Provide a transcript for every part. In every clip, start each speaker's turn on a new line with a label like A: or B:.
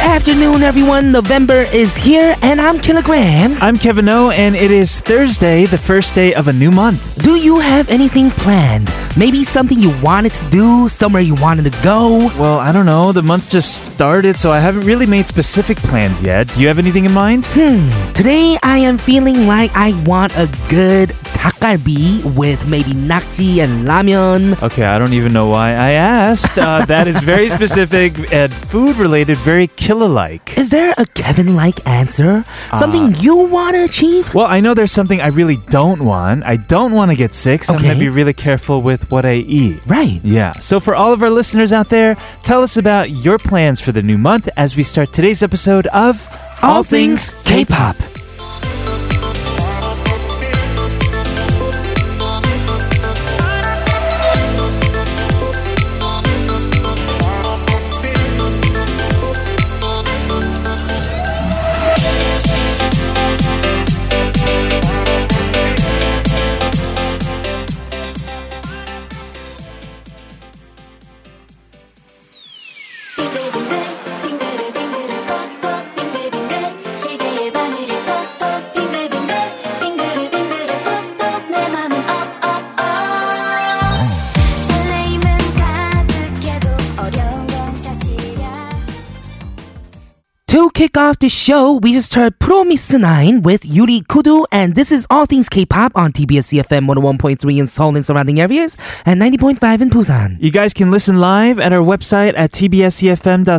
A: afternoon, everyone. November is here, and I'm Kilograms. Uh,
B: I'm Kevin O, and it is Thursday, the first day of a new month.
A: Do you have anything planned? Maybe something you wanted to do, somewhere you wanted to go?
B: Well, I don't know. The month just started, so I haven't really made specific plans yet. Do you have anything in mind?
A: Today, I am feeling like I want a good takalbi with maybe nakji and ramyeon.
B: Okay, I don't even know why I asked. Uh, that is very specific and food related, very killer like.
A: Is there a Kevin-like answer? Something you want to achieve?
B: Well, I know there's something I really don't want. I don't want to get sick, so I'm going
A: Okay.
B: to be really careful with what I eat.
A: Right.
B: Yeah. So, for all of our listeners out there, tell us about your plans for the new month as we start today's episode of
A: All Things K-Pop.
C: 빙글빙글 빙글을 톡톡 빙글빙글 시계의 바늘이 톡톡 빙글빙글 빙글을 빙글을 톡톡 내 맘은 업업업 설레임은 가득해도 어려운 건 사실이야
A: To kick off the show, we just heard Promise 9 with Yuri Kudu, and this is All Things K-Pop on TBS CFM 101.3 in Seoul and surrounding areas, and 90.5 in Busan.
B: You guys can listen live at our website at tbscfm.soul.kr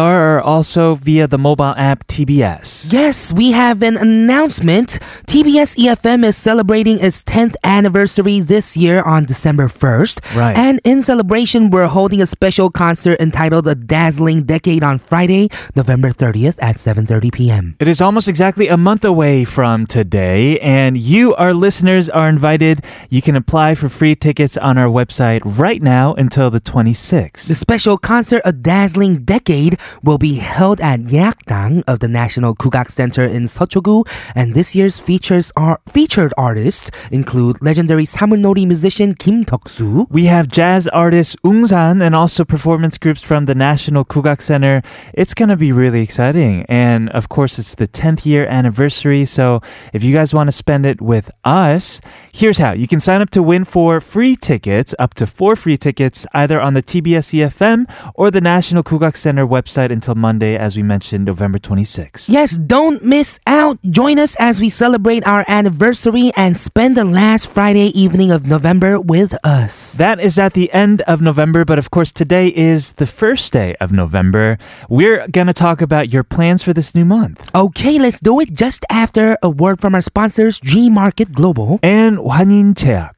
B: or also via the mobile app TBS.
A: Yes, we have an announcement. TBS EFM E is celebrating its 10th anniversary this year on December 1st.
B: Right.
A: And in celebration, we're holding a special concert entitled A Dazzling Decade on Friday, November 30th at 7.30 p.m.
B: It is almost exactly a month away from today, and you, our listeners, are invited. You can apply for free tickets on our website right now until the 26th.
A: The special concert, A Dazzling Decade, will be held at Yakdang of the National Kugak Center in Sochogu. And this year's features are featured artists include legendary Samunori musician Kim Deok-soo,
B: We have jazz artist Ungsan and also performance groups from the National Kugak Center. It's going to be really exciting. And of course, it's the 10th year anniversary. So if you guys want to spend it with us, here's how you can sign up to win for free tickets, up to four free tickets, either on the TBS EFM E or the National Kugak Center website until Monday, as we mentioned, November 26th.
A: Yes, don't miss out. Join us as we celebrate our anniversary and spend the last Friday evening of November with us.
B: That is at the end of November, but of course, today is the first day of November. We're going to talk about your plans for this new month.
A: Okay, let's do it just after a word from our sponsors, G Market Global.
B: And 환인 제약.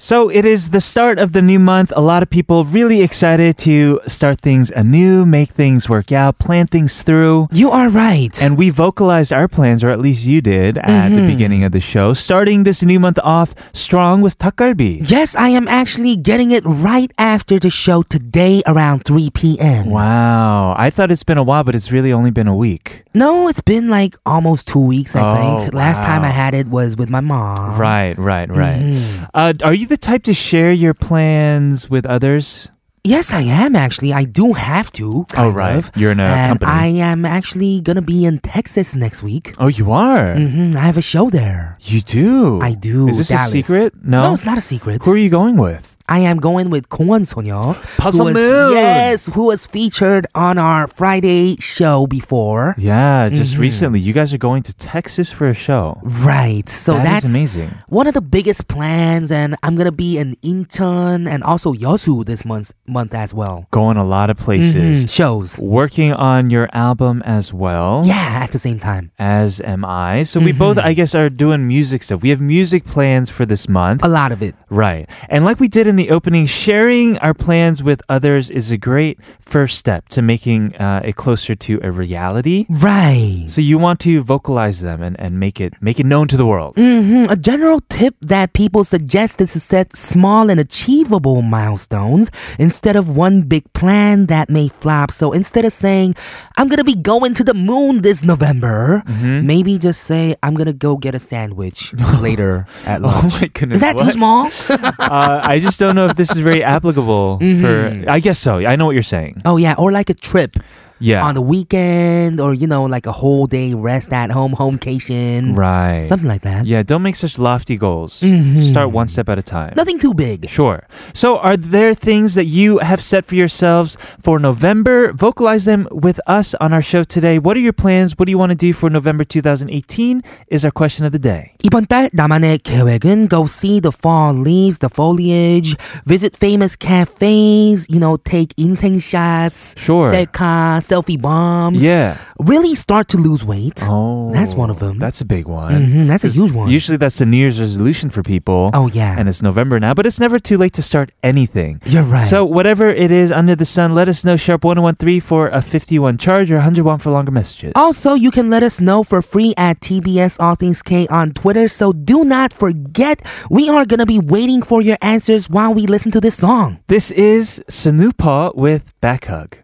B: So it is the start of the new month. A lot of people really excited to start things anew, make things work out, plan things through.
A: You are right.
B: And we vocalized our plans, or at least you did, at the beginning of the show, starting this new month off strong with takalbi.
A: yes, I am actually getting it right after the show today around 3 p.m.
B: Wow. I thought it's been a while, but it's really only been a week.
A: No, it's been like almost two weeks, I
B: Oh,
A: think. Last time I
B: wow.
A: had it was with my mom.
B: Right, right, right. Uh, are you the type to share your plans with others?
A: Yes, I am actually. I do have to. Kind
B: Oh, right.
A: Of.
B: You're in a
A: and
B: company.
A: I am actually gonna be in Texas next week.
B: Oh, you are?
A: hmm I have a show there.
B: You do?
A: I do.
B: Is this
A: Dallas.
B: a secret? No.
A: no, it's not a secret.
B: Who are you going with?
A: I am going with Kwon Sonyo,
B: Puzzle
A: who was,
B: Moon.
A: yes, who was featured on our Friday show before.
B: Yeah, just recently. You guys are going to Texas for a show.
A: Right. So
B: That
A: that's
B: is amazing.
A: One of the biggest plans, and I'm gonna be in Incheon and also Yeosu this month month as well.
B: Going a lot of
A: Mhm,
B: places.
A: Shows.
B: Working on your album as well.
A: Yeah, at the same time.
B: As am I. So we both, I guess, are doing music stuff. We have music plans for this month.
A: A lot of it.
B: Right. And like we did in the opening, sharing our plans with others is a great first step to making uh, it closer to a reality.
A: Right.
B: So you want to vocalize them and, and make it make it known to the world.
A: Mhm. A general tip that people suggest is to set small and achievable milestones instead of one big plan that may flop. So instead of saying, I'm going to be going to the moon this November,
B: Mm-hmm.
A: maybe just say, I'm going to go get a sandwich later at
B: Oh
A: lunch.
B: my
A: Is
B: goodness.
A: that too
B: what?
A: small?
B: uh, I just
A: Mm-hmm.
B: don't know if this is very applicable for. I guess so. I know what you're saying.
A: oh, yeah. Or Oh, like a trip.
B: Yeah.
A: on the weekend or, you know, like a whole day rest at home, homecation,
B: right.
A: something like that.
B: Yeah, don't make such lofty goals.
A: Mhm.
B: Start one step at a time.
A: Nothing too big.
B: Sure. So, are there things that you have set for yourselves for November? Vocalize them with us on our show today. What are your plans? What do you want to do for November 2018? Is our question of the day.
A: 이번 달 나만의 계획은 go see the fall leaves, the foliage, visit famous cafes, you know, take 인생 shots,
B: Sure.
A: 셀카, selfie bombs.
B: Yeah.
A: Really start to lose weight.
B: Um, Oh,
A: That's one of them.
B: That's a big one.
A: Mhm, that's a huge one.
B: Usually, that's the New Year's resolution for people.
A: oh yeah.
B: And it's November now, but it's never too late to start anything.
A: You're right.
B: So, whatever it is under the sun, let us know sharp 1013 for a 51 charge or 101 for longer messages.
A: Also, you can let us know for free at TBS All Things K on Twitter. So do not forget, we are going to be waiting for your answers while we listen to this song.
B: This is Sanupa with Back Hug.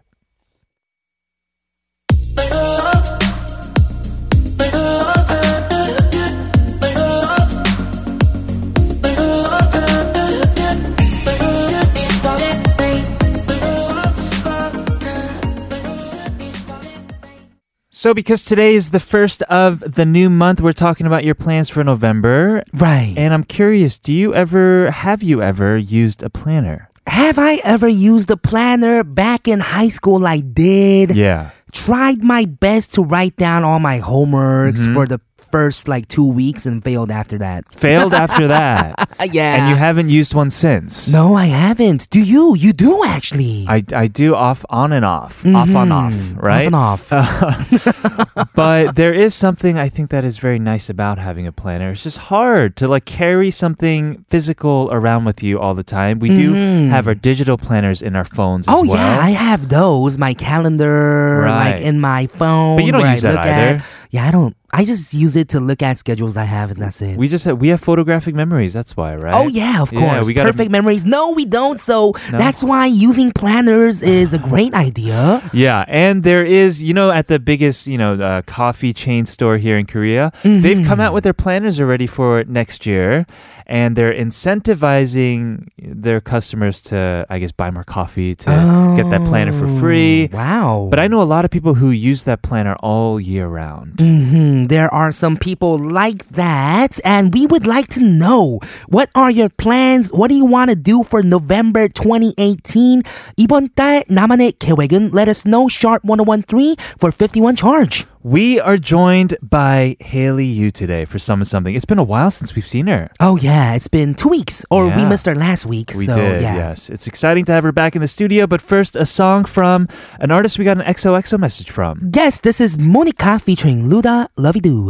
B: So, because today is the first of the new month, we're talking about your plans for November.
A: Right.
B: And I'm curious, do you ever, have you ever used a planner?
A: Have I ever used a planner back in high school? I did.
B: Yeah.
A: Tried my best to write down all my homeworks
B: Mm-hmm.
A: for the first like two weeks and failed after that.
B: Failed after that.
A: yeah.
B: And you haven't used one since.
A: no, I haven't. Do you? You do actually.
B: I, I do off on and off, off on off, right?
A: Mm-hmm. Off and off.
B: but there is something I think that is very nice about having a planner. It's just hard to like carry something physical around with you all the time. We do have our digital planners in our phones
A: Mm-hmm. Oh
B: as well.
A: yeah, I have those. My calendar,
B: Right.
A: like in my phone.
B: But you don't
A: where
B: use
A: I
B: that
A: look
B: either.
A: At. Yeah, I don't. I just use it to look at schedules I have, and that's it.
B: we just have, we have photographic memories. That's why, right?
A: Oh yeah, of
B: Yeah,
A: course.
B: we gotta-
A: Perfect memories. No, we don't. So
B: No.
A: that's why using planners is a great idea.
B: Yeah, and there is, you know, at the biggest, you know, uh, coffee chain store here in Korea, they've come
A: Mm-hmm.
B: out with their planners already for next year, and they're incentivizing their customers to, I guess, buy more coffee to get that planner for free.
A: Oh. Hmm, Wow.
B: But I know a lot of people who use that planner all year round.
A: hmm There are some people like that, and we would like to know what are your plans? What do you want to do for November 2018? 이번 달 나만의 계획은 let us know sharp 1013 for 51 charge.
B: We are joined by Haley Yu today for Summon Something. It's been a while since we've seen her.
A: Oh yeah, it's been two weeks, or we
B: Yeah.
A: missed her last week.
B: We
A: so
B: did,
A: yeah.
B: yes. It's exciting to have her back in the studio, but first, a song from an artist we got an XOXO message from.
A: Yes, this is Monica featuring Luda Lovey Doo.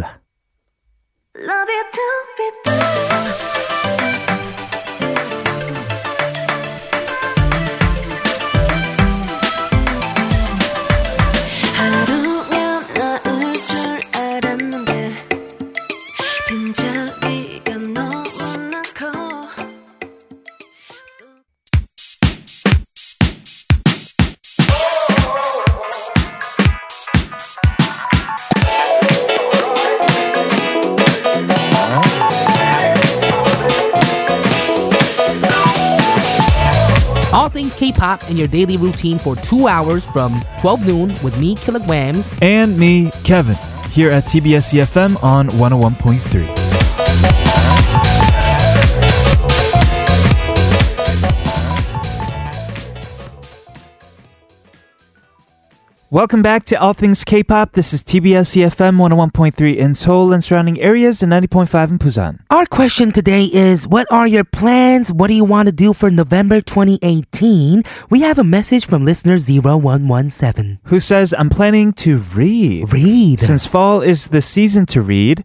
C: Love you to be 하루면 나을 줄 알았는데 빈자리가 너무나 커
A: All things K-pop in your daily routine for two hours from 12 noon with me, Kilograms.
B: and me, Kevin, here at TBS EFM E on 101.3. Welcome back to All Things K-Pop. This is TBS EFM 101.3 in Seoul and surrounding areas and 90.5 in Busan.
A: Our question today is What are your plans? What do you want to do for November 2018? We have a message from listener 0117.
B: Who says, I'm planning to read.
A: Read.
B: Since fall is the season to read,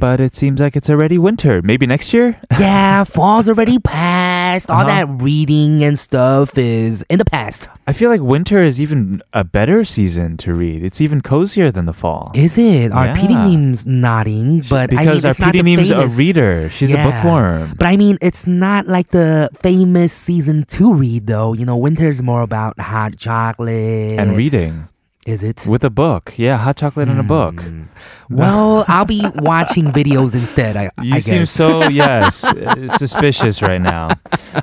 B: but it seems like it's already winter. Maybe next year?
A: yeah, fall's already passed. All
B: Uh-huh.
A: that reading and stuff is in the past.
B: I feel like winter is even a better season to read. It's even cozier than the fall.
A: Is it? Our
B: Yeah.
A: PD name's nodding, but I mean,
B: because
A: it's
B: our
A: not the
B: PD meme's a
A: famous-
B: reader. She's
A: Yeah.
B: a bookworm.
A: But I mean, it's not like the famous season two read, though. You know, winter's more about hot chocolate.
B: and reading
A: Is it? Hmm.
B: with a book. Yeah, hot chocolate and a book.
A: Well, I'll be watching videos instead. I, I
B: You seem
A: guess.
B: so, yes, uh, suspicious right now.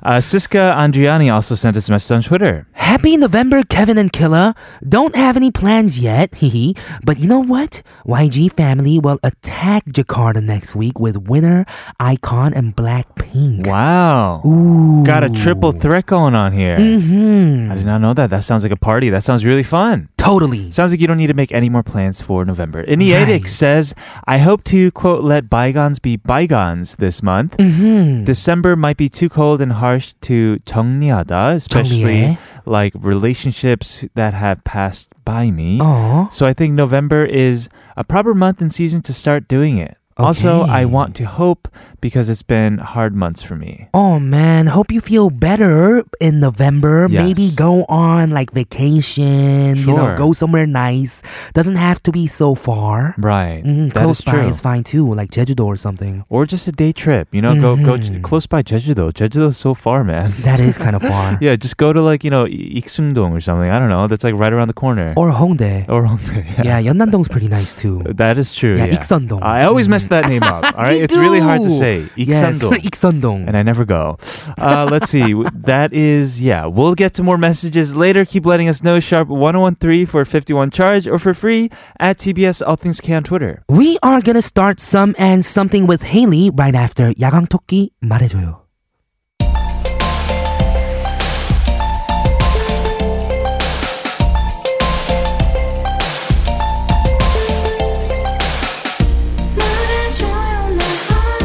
B: Uh, Siska Andriani also sent us a message on Twitter.
A: Happy November, Kevin and Killa. Don't have any plans yet, hehe. but you know what? YG family will attack Jakarta next week with winner, icon, and Blackpink.
B: Wow.
A: Ooh.
B: Got a triple threat going on here.
A: Mm-hmm.
B: I did not know that. That sounds like a party. That sounds really fun.
A: Totally.
B: Sounds like you don't need to make any more plans for November. Ineadix
A: Right.
B: says, I hope to, quote, let bygones be bygones this month.
A: Mm-hmm.
B: December might be too cold and harsh to 정리하다, especially
A: 정리해.
B: like relationships that have passed by me.
A: Aw.
B: So I think November is a proper month and season to start doing it. Also,
A: Okay.
B: I want to hope because it's been hard months for me.
A: Oh man, hope you feel better in November. Maybe
B: Yes.
A: go on like vacation, you
B: Sure.
A: know, go somewhere nice. Doesn't have to be so far.
B: Right.
A: Mm,
B: That
A: close
B: is true.
A: by is fine too, like Jeju-do or something.
B: Or just a day trip, you know, go go
A: Mhm.
B: close by Jeju-do. Jeju-do is so far, man.
A: That is kind of far.
B: yeah, just go to like, you know, I- Iksungdong or something. I don't know. That's like right around the corner.
A: Or Hongdae.
B: or Hongdae.
A: Yeah, Yeonnam-dong's pretty nice too.
B: That is true.
A: Yeah,
B: Yeah,
A: Ikseondong.
B: I always mess that name up. All right,
A: You
B: it's really hard to
A: do.
B: say.
A: Yes,
B: Ikseondong.
A: Ikseondong.
B: And I never go. Uh, let's see. W- That is, yeah. We'll get to more messages later. Keep letting us know. Sharp 1013 for 51 charge or for free at TBS All Things K on Twitter.
A: We are gonna start some and something with Haley right after 야광 토끼 말해줘요.
C: 말해줘요 내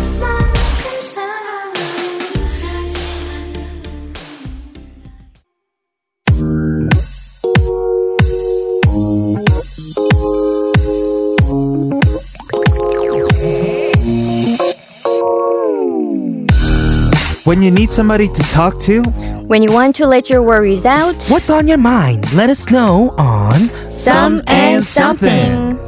C: 얼만큼 사랑하는지
B: When you need somebody to talk to,
D: When you want to let your worries out,
A: What's on your mind? Let us know on
B: Some and Something.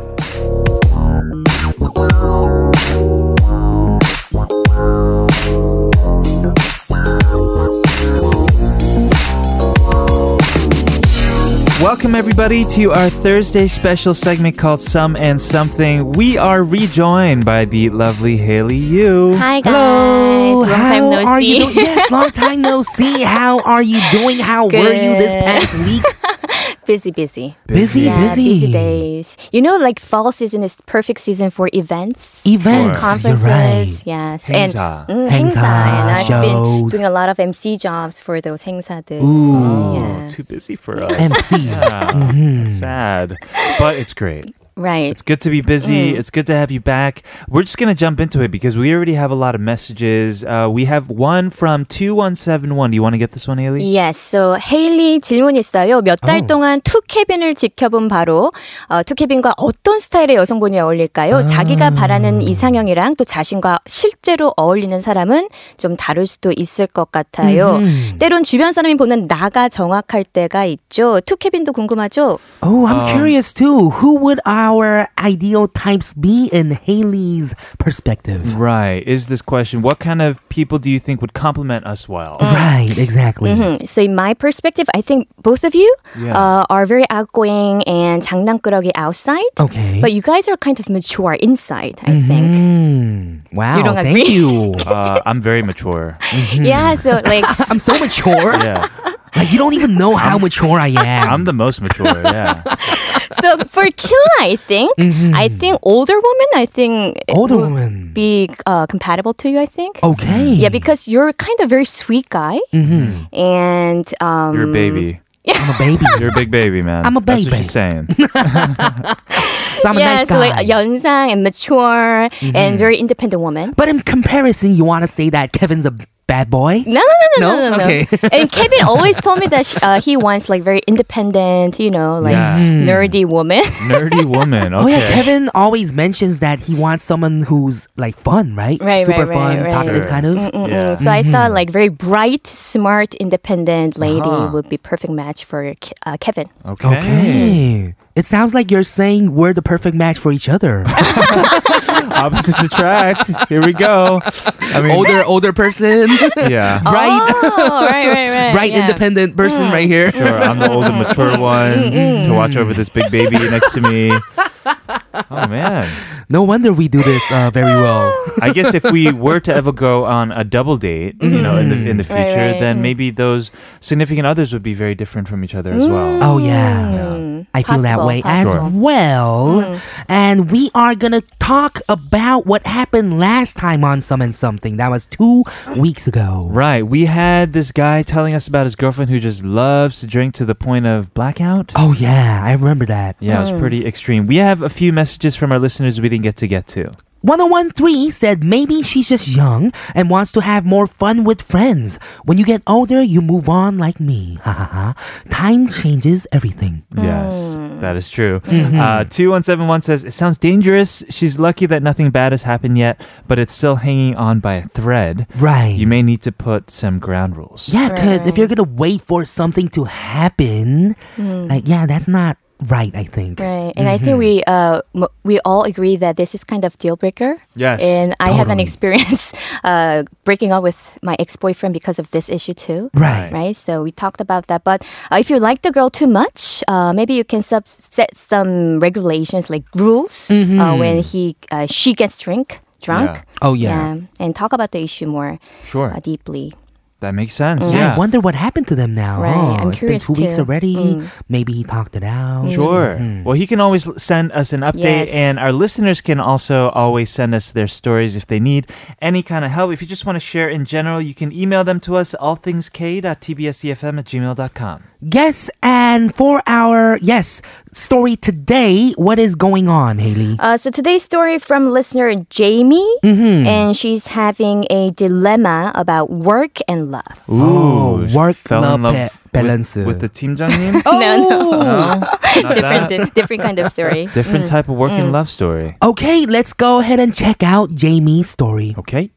B: Welcome, everybody, to our Thursday special segment called Some and Something. We are rejoined by the lovely Haley Yu.
D: Hi guys,
A: Hello,
D: long
A: how
D: time no
A: are
D: see.
A: you? doing? Yes, long time no see. How are you doing? How were you this
D: Good.
A: past week?
D: busy, busy.
A: Busy,
D: Yeah,
A: busy.
D: busy days. You know, like fall season is perfect season for events,
A: Events,
D: conferences.
A: You're right.
D: Yes,
B: 행사.
D: and mm,
A: 행사,
D: And I've been
A: shows.
D: doing a lot of MC jobs for those 행사들.
A: Ooh,
B: Oh,
D: Yeah.
B: too busy for us.
A: MC.
B: Mm-hmm. Yeah, Sad, but it's great.
D: Right.
B: It's good to be busy.
D: Mm.
B: It's good to have you back. We're just going to jump into it because we already have a lot of messages. Uh, we have one from 2171. Do you want to get this one, Haley?
D: Yes, so 헤일리 질문 있어요. 몇 달
A: Oh.
D: 동안 투케빈을 지켜본 바로 어, 투케빈과 어떤 스타일의 여성분이 어울릴까요? 자기가 바라는 이상형이랑 또 자신과 실제로 어울리는 사람은 좀 다를 수도 있을 것 같아요. 때론 주변 사람이 보는 나가 정확할 때가 있죠. 투케빈도 궁금하죠?
A: Oh, I'm
B: Um,
A: curious too. Who would our ideal types be in Haley's
D: Mm-hmm.
A: perspective?
B: Right. Is this question what kind of people do you think would compliment us well?
D: Mm.
A: Right, exactly.
D: Hmm, So in my perspective, I think both of you
B: Yeah.
D: uh, are very outgoing and 장난꾸러기 outside,
A: Okay.
D: but you guys are kind of mature inside, I think.
A: Hmm. Wow.
D: You don't
A: thank
D: agree?
A: you.
B: Uh, I'm very mature.
D: Yeah, so like
A: I'm so mature.
B: Yeah.
A: Like you don't even know how mature I am.
B: I'm the most mature. Yeah.
A: Mm.
D: so for Killa, I think I think older woman, I think it
A: Mm-hmm. older Oh.
D: would
A: woman.
D: be uh, compatible to you. I think.
A: okay.
D: Yeah, because you're kind of very sweet guy,
A: Mm-hmm.
D: and um,
B: You're a baby.
A: I'm a baby,
B: You're a big baby, man.
A: I'm a
B: That's what
A: baby.
B: she's saying.
A: so I'm a
D: yeah,
A: nice
D: so
A: guy. Mm-hmm.
D: like 연상 and mature and very independent woman.
A: But in comparison, you want to say that Kevin's a bad boy?
D: No, no, no,
A: No?
D: no, no, no.
A: Okay.
D: and Kevin always told me that uh, he wants like very independent, you know, like
B: Yeah.
A: Mm.
D: nerdy woman.
B: Nerdy woman. Okay.
A: Oh yeah, Kevin always mentions that he wants someone who's like fun, right?
D: Right,
A: Super
D: right,
A: fun,
D: right, right.
A: talkative
B: Sure.
A: kind of.
D: Mm-mm.
B: Yeah.
D: So I thought
A: Mm-hmm.
D: like very bright, smart, independent lady
B: Uh-huh.
D: would be perfect match for Ke- uh, Kevin.
B: Okay.
A: Okay. It sounds like you're saying we're the perfect match for each other.
B: Opposites attract. Here we go. I mean,
A: older, older person,
B: yeah.
A: bright,
D: Oh, right, right, right.
A: bright,
D: yeah. Hmm.
A: independent person right here.
B: Sure, I'm the older,
A: Mm-hmm.
B: mature one to watch over this big baby next to me. Oh man,
A: No wonder we do this uh, very well.
B: I guess if we were to ever go on a double date, you know, in the in the
A: Mm-hmm.
B: future,
D: Right, right.
B: then maybe those significant others would be very different from each other as well.
A: Oh
D: Hmm.
A: yeah. I feel that
D: Possible,
A: way
D: possible. Mm-hmm.
A: as well. And we are going to talk about what happened last time on Some and Something. That was 2 weeks ago.
B: Right, we had this guy telling us about his girlfriend who just loves to drink to the point of blackout.
A: Oh yeah, I remember that.
B: Yeah, it was pretty extreme. We have a few messages from our listeners we didn't get to get to.
A: 1013 said maybe she's just young and wants to have more fun with friends. When you get older, you move on like me. Hahaha. Time changes everything.
B: Yes, that is true. Uh, 2171 says, It sounds dangerous. She's lucky that nothing bad has happened yet, but it's still hanging on by a thread.
A: Right.
B: You may need to put some ground rules.
A: yeah, because if you're going to wait for something to happen, like, yeah, that's not right, I think.
D: Mm-hmm. Right, and I think
A: Mm-hmm.
D: we uh, m- we all agree that this is kind of deal breaker.
B: Yes.
D: and I have an
A: Totally.
D: experience uh, breaking up with my ex boyfriend because of this issue too.
A: Right.
D: right. So we talked about that, but uh, if you like the girl too much, uh, maybe you can sub- set some regulations like rules uh, when he uh, she gets drink drunk.
A: Oh, Mm-hmm. yeah.
D: and talk about the issue more
B: Sure.
D: uh, deeply.
B: That makes sense.
A: Yeah,
B: Yeah.
A: I wonder what happened to them now.
D: Right,
A: Oh,
D: I'm
A: it's been
D: curious
A: two weeks
D: too.
A: already.
D: Mm.
A: Maybe he talked it out. Mm-hmm.
B: Sure. Well, he can always l- send us an update,
D: Yes.
B: and our listeners can also always send us their stories if they need any kind of help. If you just want to share in general, you can email them to us, allthingsk.tbscfm at gmail.com.
A: Yes, and for our yes story today, what is going on, Haley?
D: Uh, so today's story from listener Jamie,
B: Mm-hmm.
D: and she's having a dilemma about work and love.
A: Oh,
B: Ooh,
A: work,
B: fell
A: love,
B: in love
A: ba-
B: with-
A: balance.
B: With, the team장님?
A: oh,
B: Not
D: Different,
B: that.
D: different kind of story.
B: Different type of work and love story.
A: Okay, let's go ahead and check out Jamie's story.
B: Okay.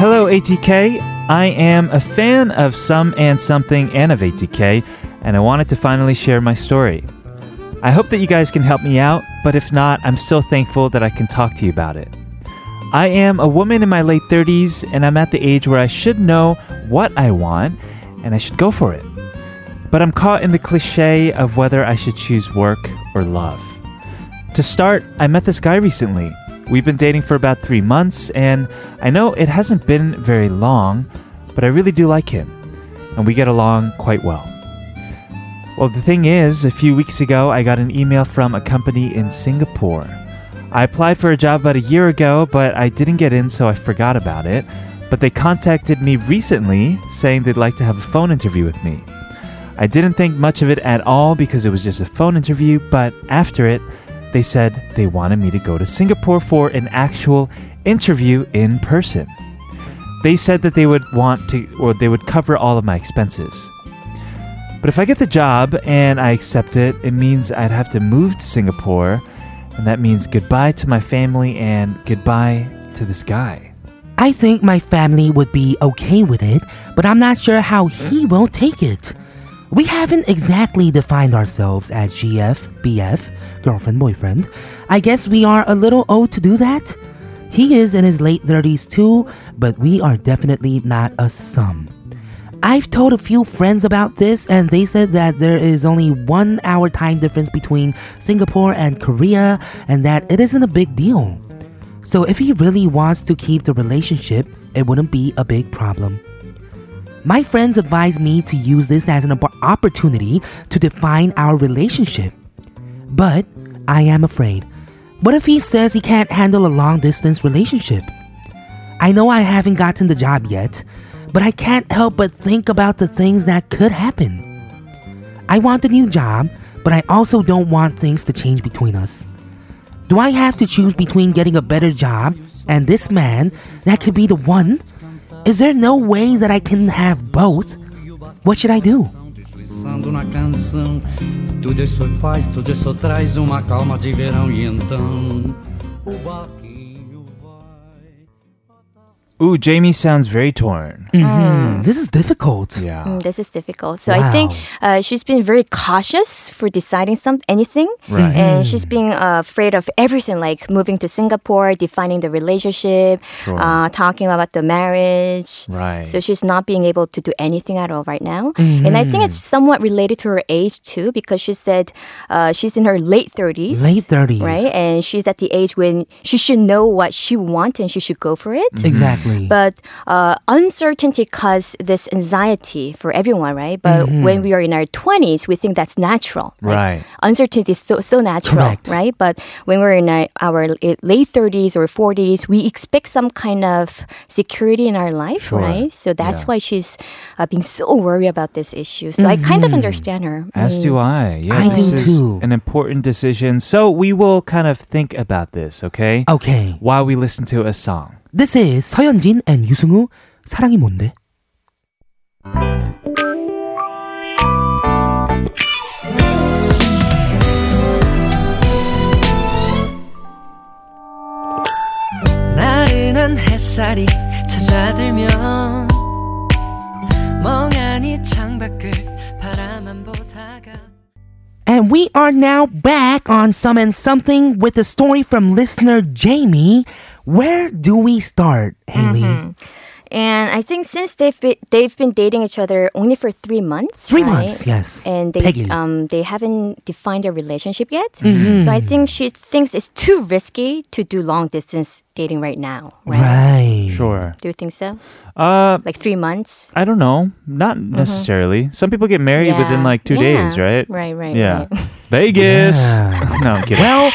B: Hello, ATK. I am a fan of Some and Something and of ATK, and I wanted to finally share my story. I hope that you guys can help me out, but if not, I'm still thankful that I can talk to you about it. I am a woman in my late 30s, and I'm at the age where I should know what I want and I should go for it. But I'm caught in the cliche of whether I should choose work or love. To start, I met this guy recently. We've been dating for about three months, and I know it hasn't been very long, but I really do like him, and we get along quite well. Well, the thing is, a few weeks ago, I got an email from a company in Singapore. I applied for a job about a year ago, but I didn't get in, so I forgot about it. But they contacted me recently saying they'd like to have a phone interview with me. I didn't think much of it at all because it was just a phone interview, but after it, they said they wanted me to go to Singapore for an actual interview in person. They said that they would want to, or they would cover all of my expenses. But if I get the job and I accept it, it means I'd have to move to Singapore, and that means goodbye to my family and goodbye to this guy.
A: I think my family would be okay with it, but I'm not sure how he will take it. We haven't exactly defined ourselves as GF, BF, girlfriend, boyfriend. I guess we are a little old to do that. He is in his late 30s too, but we are definitely not a sum. I've told a few friends about this, and they said that there is only one hour time difference between Singapore and Korea, and that it isn't a big deal. So if he really wants to keep the relationship, it wouldn't be a big problem. My friends advise me to use this as an op- opportunity to define our relationship. But I am afraid. What if he says he can't handle a long distance relationship? I know I haven't gotten the job yet, but I can't help but think about the things that could happen. I want a new job, but I also don't want things to change between us. Do I have to choose between getting a better job and this man that could be the one? Is there no way that I can have both? What should I do?
E: Pensando na canção, tudo isso faz, tudo isso traz uma calma de verão e então o barquinho vai.
B: Ooh, Jamie sounds very torn.
D: Mm-hmm.
A: Mhm. This is difficult.
B: Yeah.
D: Mm, this is difficult. So
A: Wow.
D: I think uh, she's been very cautious for deciding some anything,
B: Right.
D: and she's being uh, afraid of everything, like moving to Singapore, defining the relationship,
B: Sure.
D: uh, talking about the marriage.
B: Right.
D: So she's not being able to do anything at all right now, and I think it's somewhat related to her age too, because she said uh, she's in her late thirties.
A: Late 30s.
D: Right, and she's at the age when she should know what she wants and she should go for it.
A: Exactly.
D: But uh, uncertainty causes this anxiety for everyone, right? But when we are in our 20s, we think that's natural. Like,
B: Mm-hmm. Right.
D: Uncertainty is so, so natural,
A: Correct.
D: right? But when we're in our, our late 30s or 40s, we expect some kind of security in our life,
B: Sure.
D: right? So that's
B: Yeah.
D: why she's uh, being so worried about this issue. So I kind of understand her.
B: Mm-hmm.
D: Mm.
B: As do I. Yeah,
A: I
B: this
A: do
B: is
A: too.
B: An important decision. So we will kind of think about this, okay?
A: okay.
B: While we listen to a song.
A: This is 서현진 and 유승우 사랑이 뭔데?
F: 나른한 햇살이 찾아들면 멍하니 창밖을 바라만 보다가
A: And we are now back on Some and Something with the story from listener Jamie. Where do we start, Haley?
D: Mm-hmm. And I think since they've been, they've been dating each other only for three months.
A: Three
D: right?
A: months, yes.
D: And they
A: Peggy.
D: um they haven't defined their relationship yet.
B: Mm-hmm.
D: So I think she thinks it's too risky to do long distance dating right now. Right?
A: Right.
B: Sure.
D: Do you think so?
B: Uh,
D: Like three months?
B: I don't know. Not necessarily. Some people get married
D: Yeah.
B: within like two
D: Yeah.
B: days, right?
D: Right, right,
B: Yeah.
D: right.
B: Vegas. no, I'm kidding.
A: Well,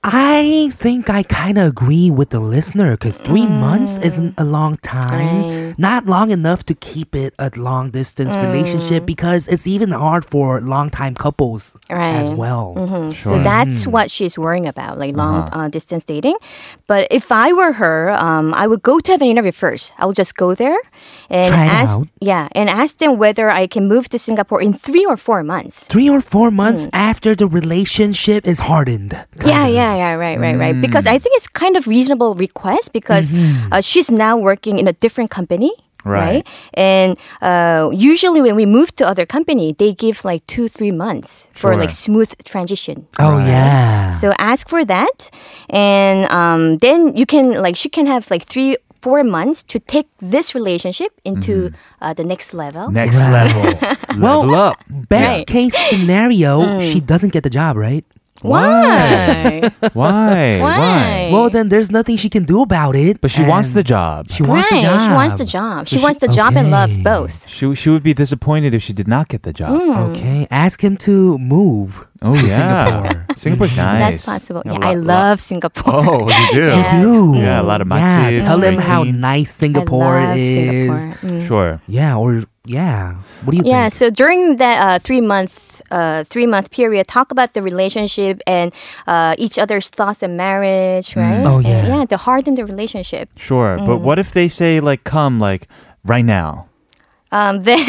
A: I think I kind of agree with the listener because three months isn't a long time.
D: Mm. Right.
A: Not long enough to keep it a long distance
D: Mm.
A: relationship because it's even hard for long time couples as
D: Right. Mm-hmm.
A: well.
D: So that's
B: Hmm.
D: what she's worrying about, like long uh
B: Uh-huh.
D: distance dating. But if I were her, um, I would go to have an interview first. I would just go there and
A: Try it
D: ask,
A: out.
D: yeah, and ask them whether I can move to Singapore in three or four months.
A: Three or four months after the relationship is hardened.
D: Mm. Yeah, yeah, yeah, right, right, right. Because I think it's kind of reasonable request because uh, she's now working in a different company.
B: Right.
D: Right. And uh, usually when we move to other company, they give like two, three months for like smooth transition.
A: Oh, yeah.
D: So ask for that, and um, then you can like she can have like three, four months to take this relationship into uh, the next level.
B: Next level.
A: Well,
B: level up.
A: Best
D: Right. Mm.
A: case scenario, she doesn't get the job, right?
B: Why?
D: Right.
B: Why? Why?
A: Well, then there's nothing she can do about it.
B: But she wants
A: and
B: the job.
A: She wants the
D: right.
A: job.
D: She wants the job. She,
A: So
D: wants
A: she-
D: the job and
A: Okay.
D: love both.
B: She she would be disappointed if she did not get the job.
D: Mm. Hmm.
A: Okay, ask him to move.
B: Oh
A: to
B: yeah,
A: Singapore. Mm-hmm.
B: Singapore's nice.
D: That's possible. Yeah,
B: A
D: I
B: lot-
D: love Singapore.
B: lot- Oh, you do.
A: You
D: Yeah.
A: do.
B: Yeah, a lot of
A: Yeah,
B: matches,
A: tell him
B: very
A: how
B: clean.
A: nice
D: I
A: Singapore
D: love
A: is.
D: Singapore. Mm.
B: Sure.
A: Yeah, or yeah. What do you
D: Yeah.
A: think?
D: So during that uh, three month. Uh, three month period, talk about the relationship and uh, each other's thoughts and marriage, right?
A: Oh,
D: And,
A: yeah.
D: yeah, the heart in the relationship.
B: Sure. But
D: Mm.
B: what if they say like come like right now?
D: Um, then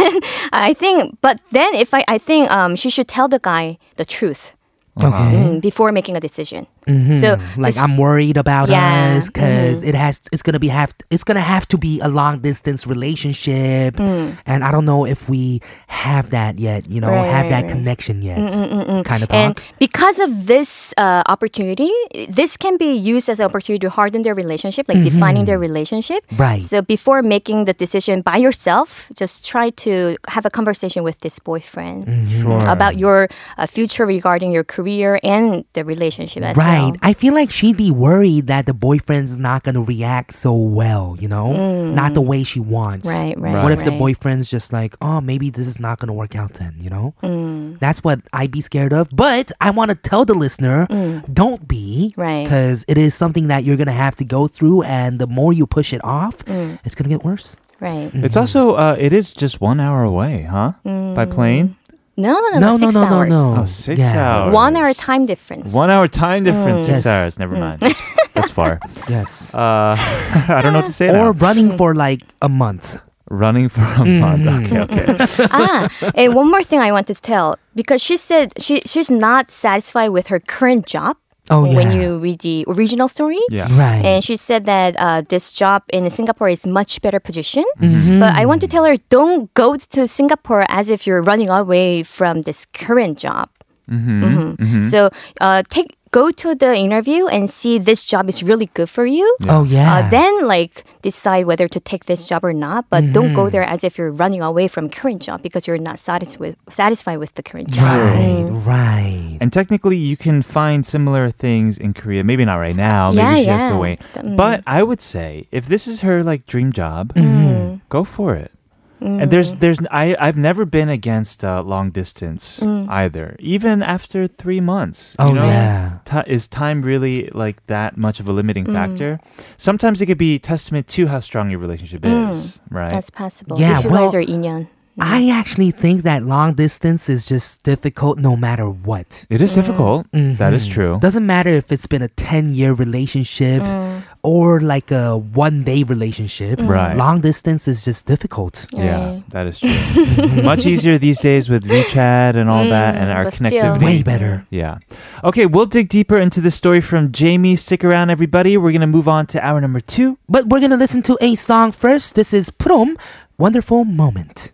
D: I think, but then if I, I think um, she should tell the guy the truth
A: Okay.
D: mm, before making a decision. So
A: Mm-hmm. Like
D: just-
A: I'm worried about
D: Yeah, mm-hmm.
A: us because it has it's gonna be have it's gonna have to be a long distance relationship,
D: Hmm.
A: and I don't know if we have that yet. You know,
D: Right,
A: have that
D: right, Mm, right.
A: connection yet? Kind of
D: and
A: talk.
D: because of this uh, opportunity, this can be used as an opportunity to harden their relationship, like
A: Mm-hmm.
D: defining their relationship.
A: Right.
D: So before making the decision by yourself, just try to have a conversation with this boyfriend
A: Mm. Mm-hmm.
B: Sure.
D: about your uh, future regarding your career and the relationship
A: Right.
D: as well.
A: I feel like she'd be worried that the boyfriend's not going to react so well, you know? Not the way she wants.
D: Hmm. Right, right,
A: What if the
D: right.
A: boyfriend's just like, oh, maybe this is not going to work out then, you know?
D: Mm.
A: That's what I'd be scared of. But I want to tell the listener don't be.
D: Mm. Right.
A: Because it is something that you're going to have to go through. And the more you push it off,
D: Mm.
A: it's going to get worse.
D: Right.
A: Mm-hmm.
B: It's also uh, it is just one hour away, huh?
D: Mm.
B: By plane.
D: No,
A: No,
D: no, no,
A: no,
D: six
A: no, no,
D: hours.
A: no.
B: Oh, six
A: Yeah.
B: hours.
D: One hour time difference.
B: One hour time difference.
A: Mm. Yes.
B: Six hours. Never
D: Mm.
B: mind. That's, that's far.
A: Yes.
B: Uh, I don't know what to say.
A: or
B: now.
D: Mm.
A: running for like a month.
B: running for a
A: Mm-hmm.
B: month. Okay. Okay.
D: ah, and one more thing I want to tell because she said she she's not satisfied with her current job.
A: Oh, yeah.
D: when you read the original story.
B: Yeah.
A: Right.
D: And she said that uh, this job in Singapore is much better position.
A: Mm-hmm.
D: But I want to tell her, don't go to Singapore as if you're running away from this current job.
A: Mm-hmm.
D: Mhm. So uh, take go to the interview and see this job is really good for you.
A: Oh yeah.
D: Uh, then like decide whether to take this job or not. But don't
A: Mm-hmm.
D: go there as if you're running away from current job because you're not satisfied with, satisfied with the current job. Mm,
A: right. Right.
B: And technically, you can find similar things in Korea. Maybe not right now.
D: Yeah,
B: Maybe she has to
D: yeah.
B: wait.
D: Mm.
B: But I would say if this is her like dream job,
A: Mm-hmm.
D: Mm.
B: go for it. And there's there's I I've never been against uh, long distance
D: Mm.
B: either. Even after three months,
A: Oh
B: you know,
A: yeah.
B: ti- is time really like that much of a limiting
D: Mm.
B: factor? Sometimes it could be testament to how strong your relationship is, right?
D: Mm. That's possible.
A: Yeah,
D: if you guys
A: well,
D: are 인연.
A: I actually think that long distance is just difficult no matter what.
B: it is difficult.
A: Mm-hmm.
B: That is true.
A: Doesn't matter if it's been a 10 year relationship or like a one day relationship.
B: Right.
A: Long distance is just difficult.
B: Yeah, that is true. Much easier these days with WeChat and all that and our
D: but still.
B: connectivity.
A: Mm, Way better.
B: Yeah. Okay, we'll dig deeper into this story from Jamie. Stick around, everybody. We're going to move on to hour number two.
A: But we're going to listen to a song first. This is Prom, Wonderful Moment.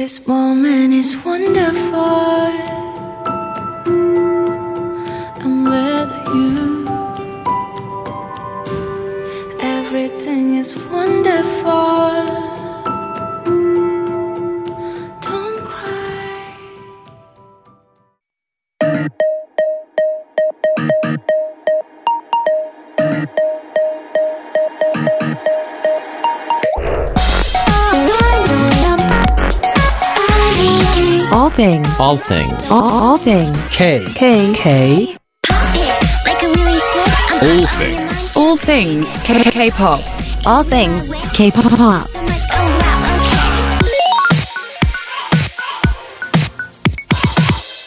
F: This moment is wonderful. I'm with you. Everything is wonderful. Don't cry.
G: All things.
H: All things.
G: All, all things.
H: K.
G: K. K.
H: All things.
G: All things. K. K-pop. All things. K-pop.
C: Oh,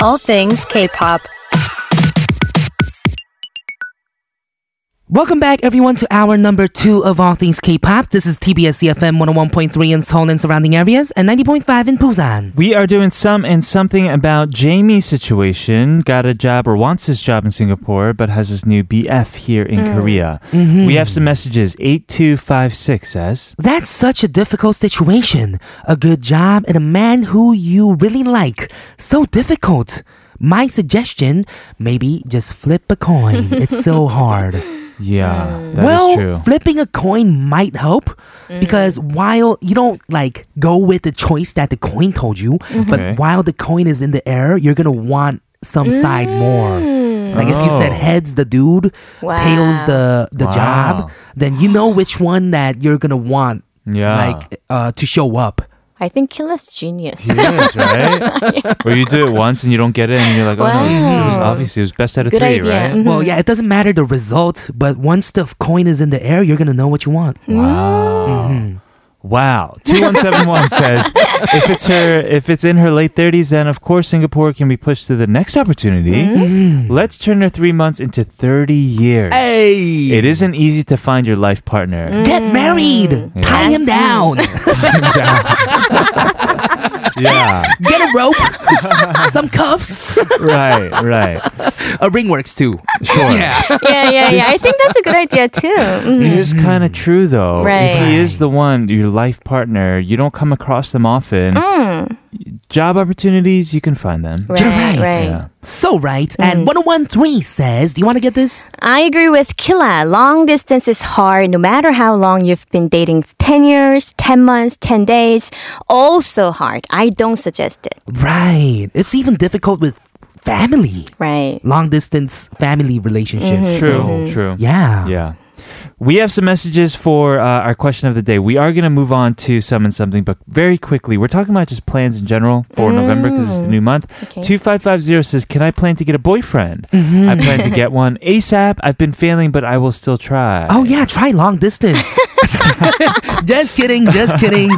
G: All things K-pop.
A: Welcome back, everyone, to hour number two of All Things K-Pop. This is TBS CFM 101.3 in Seoul and surrounding areas and 90.5 in Busan.
B: We are doing some and something about Jamie's situation. Got a job or wants his job in Singapore, but has his new BF here in
A: Mm.
B: Korea.
A: Mm-hmm.
B: We have some messages. 8256 says,
A: That's such a difficult situation. A good job and a man who you really like. So difficult. My suggestion, maybe just flip a coin. it's so hard.
B: Yeah, that is
A: Mm. well,
B: true. Mm.
A: flipping a coin might help because while you don't like go with the choice that the coin told you,
B: Okay.
A: but while the coin is in the air, you're gonna want some side more.
D: Mm.
A: Like if you said
B: Oh.
A: heads the dude, tails
D: Wow.
A: the the
B: Wow.
A: job, then you know which one that you're gonna want
B: yeah.
A: like uh, to show up.
D: I think Killa's genius.
B: It is, right? Where you do it once and you don't get it, and you're like, oh no, it was
D: Wow.
B: obviously it was best out of
D: Good
B: three,
D: idea.
B: right?
D: Mhm.
A: Well, yeah, it doesn't matter the result, but once the coin is in the air, you're gonna know what you want.
B: Wow. Wow. 2171 says if it's her if it's in her late 30s then of course Singapore can be pushed to the next opportunity.
D: Mm-hmm.
B: Mm-hmm. Let's turn her 3 months into 30 years.
A: Hey,
B: It isn't easy to find your life
D: Mm.
B: partner.
A: get married, tie him down.
B: yeah.
A: get a rope, some cuffs.
B: Right, right.
A: a ring works too.
B: Sure.
D: yeah, yeah, yeah. I think that's a good idea too. Mhm.
B: It is kind of true though. If he
D: Right.
B: is the one, your life partner, you don't come across them often.
D: Mm.
B: Job opportunities, you can find them.
D: Right,
A: You're
D: right.
A: right.
B: Yeah.
A: So right. And 1013 says, Do you want to get this?
D: I agree with Killa. Long distance is hard no matter how long you've been dating 10 years, 10 months, 10 days. Also hard. I don't suggest it.
A: Right. It's even difficult with family,
D: Right.
A: long distance family relationships.
B: True, true.
A: Yeah.
B: Yeah. We have some messages for uh, our question of the day. We are going to move on to summon something, but very quickly, we're talking about just plans in general for November because it's the new month.
D: Okay.
B: 2550 says, Can I plan to get a boyfriend? I plan to get one ASAP. I've been failing, but I will still try.
A: Oh, yeah. Try long distance. just kidding. Just kidding.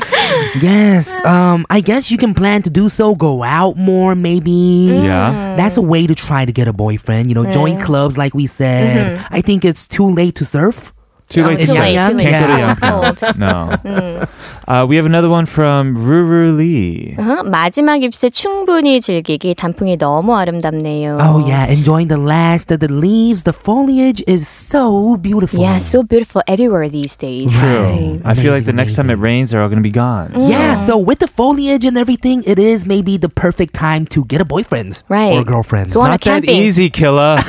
A: yes. Um, I guess you can plan to do so. Go out more, maybe.
D: Mm.
B: Yeah.
A: That's a way
D: Mm-hmm.
A: to try to get a boyfriend. You know, join clubs, like we said. I think it's too late to surf.
B: Too
D: Oh,
B: late to
A: too late,
B: say.
A: too late.
B: Can't go to
A: Yeah.
B: Yongnam. No.
D: 음.
B: Uh, we have another one from Ruru Lee.
D: 어허, Uh-huh. 마지막 잎새 충분히 즐기기 단풍이 너무 아름답네요.
A: Oh yeah, enjoying the last of the leaves. The foliage is so beautiful.
D: Yeah, so beautiful everywhere these days.
B: True. I feel like the
A: Amazing,
B: next time it rains, they're all going to be gone. So-
A: Yeah, so with the foliage and everything, it is maybe the perfect time to get a boyfriend
D: Right.
A: or girlfriend.
D: Go on a
B: Not that
D: camping.
B: easy, Killa.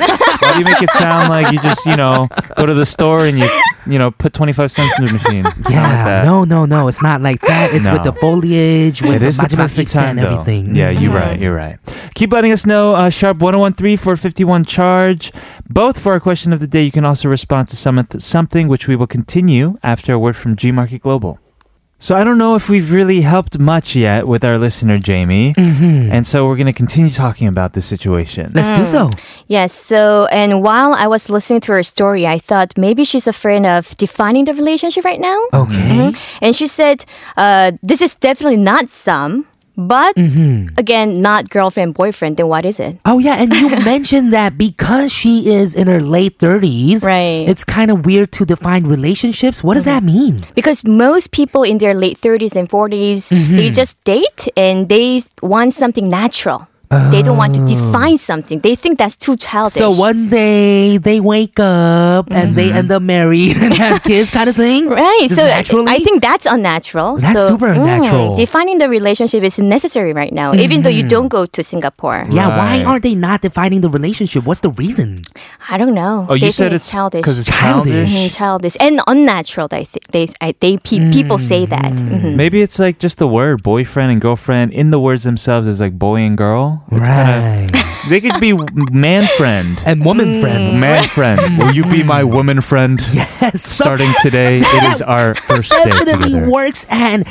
B: Why do you make it sound like you just, you know, go to the store and you, you know, put 25 cents in the machine? Not like
A: Yeah,
B: that.
A: no, no, no. It's not like that. It's with
B: No.
A: the foliage, with
B: It
A: the
B: is the
A: majimak
B: perfect
A: pizza
B: time,
A: and
B: though.
A: everything.
B: Yeah, you're right. You're right. Keep letting us know. Uh, sharp 1013 for 51 charge. Both for our question of the day. You can also respond to some, something, which we will continue after a word from G Market Global. So I don't know if we've really helped much yet with our listener, Jamie.
A: Mm-hmm.
B: And so we're going to continue talking about this situation.
A: Let's do so.
D: Yes, so, and while I was listening to her story, I thought maybe she's afraid of defining the relationship right now.
A: Okay.
D: And she said, uh, this is definitely not some, but again, not girlfriend, boyfriend. Then what is it?
A: Oh yeah, and you mentioned that because she is in her late thirties,
D: Right.
A: It's kind of weird to define relationships. What does that mean?
D: Because most people in their late 30s and 40s, they just date and they want something natural. They don't want to define something. They think that's too childish.
A: So one day they wake up and they
B: Mm-hmm.
A: end up married and have kids, kind of thing.
D: Right.
A: Just
D: so I-
A: naturally,
D: I think that's unnatural.
A: That's
D: so, mm,
A: super unnatural.
D: defining the relationship is necessary right now, even though you
B: Mm-hmm.
D: don't go to Singapore.
A: Yeah, why
B: Right.
A: aren't they not defining the relationship? What's the reason?
D: I don't know.
B: Oh,
D: they
B: you said
D: think
B: it's
D: childish.
B: because it's
A: Childish.
B: childish.
D: Mhm, childish and unnatural. I think they, I, they pe- people say that. Mhm.
B: Maybe it's like just the word boyfriend and girlfriend in the words themselves is like boy and girl. It's kinda-
A: right.
B: they could be man friend.
A: and woman
D: Mm.
A: friend.
B: Man friend, Mm. will you be my woman friend?
A: Yes. so
B: Starting today, it is our first day
A: definitely
B: together.
A: works. And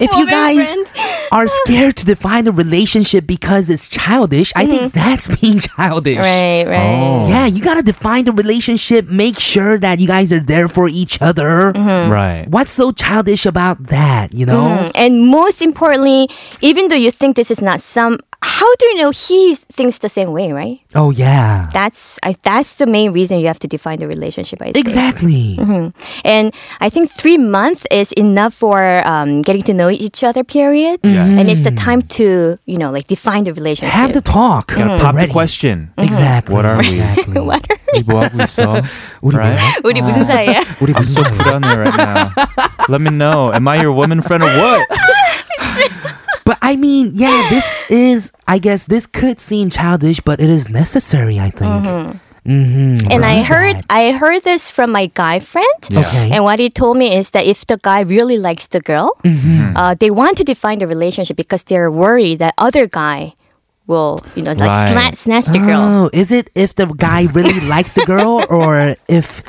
A: if you
D: Woman
A: guys
D: friend.
A: are scared to define a relationship because it's childish, I think that's being childish.
D: Mm-hmm. Right, right.
B: Oh.
A: Yeah, you gotta define the relationship. Make sure that you guys are there for each other.
D: Mm-hmm.
B: Right.
A: What's so childish about that? You know?
D: Mm, And most importantly, even though you think this is not some, how do you know he thinks the same way, right?
A: Oh yeah,
D: That's I, that's the main reason you have to define the relationship. I think.
A: exactly.
D: Mm-hmm. And I think three months is enough for um, getting to know each other. Period. And it's the time to you know like define the relationship.
A: Mm-hmm. Have the talk.
B: Gotta pop the
A: already.
B: question.
D: Mm-hmm.
A: Exactly.
B: What are we?
A: Exactly.
B: 우리 뭐하고 있어?
A: 우리
B: Right?
A: 뭐야?
B: Oh.
D: 우리 무슨 사이야?
A: 우리
B: I'm so
A: 무슨 말이야?
B: 불안해 right now. Let me know. Am I your woman friend or what?
A: But I mean, yeah, this is. I guess this could seem childish, but it is necessary. I think. Mhm,
D: Mm-hmm. and I
A: right.
D: heard I heard this from my guy friend.
B: Yeah.
A: Okay.
D: And what he told me is that if the guy really likes the girl,
A: Mm-hmm.
D: uh, they want to define the relationship because they're worried that other guy will, you know, like
B: Right.
D: sla- snatch the girl.
A: Oh, is it if the guy really likes the girl, or if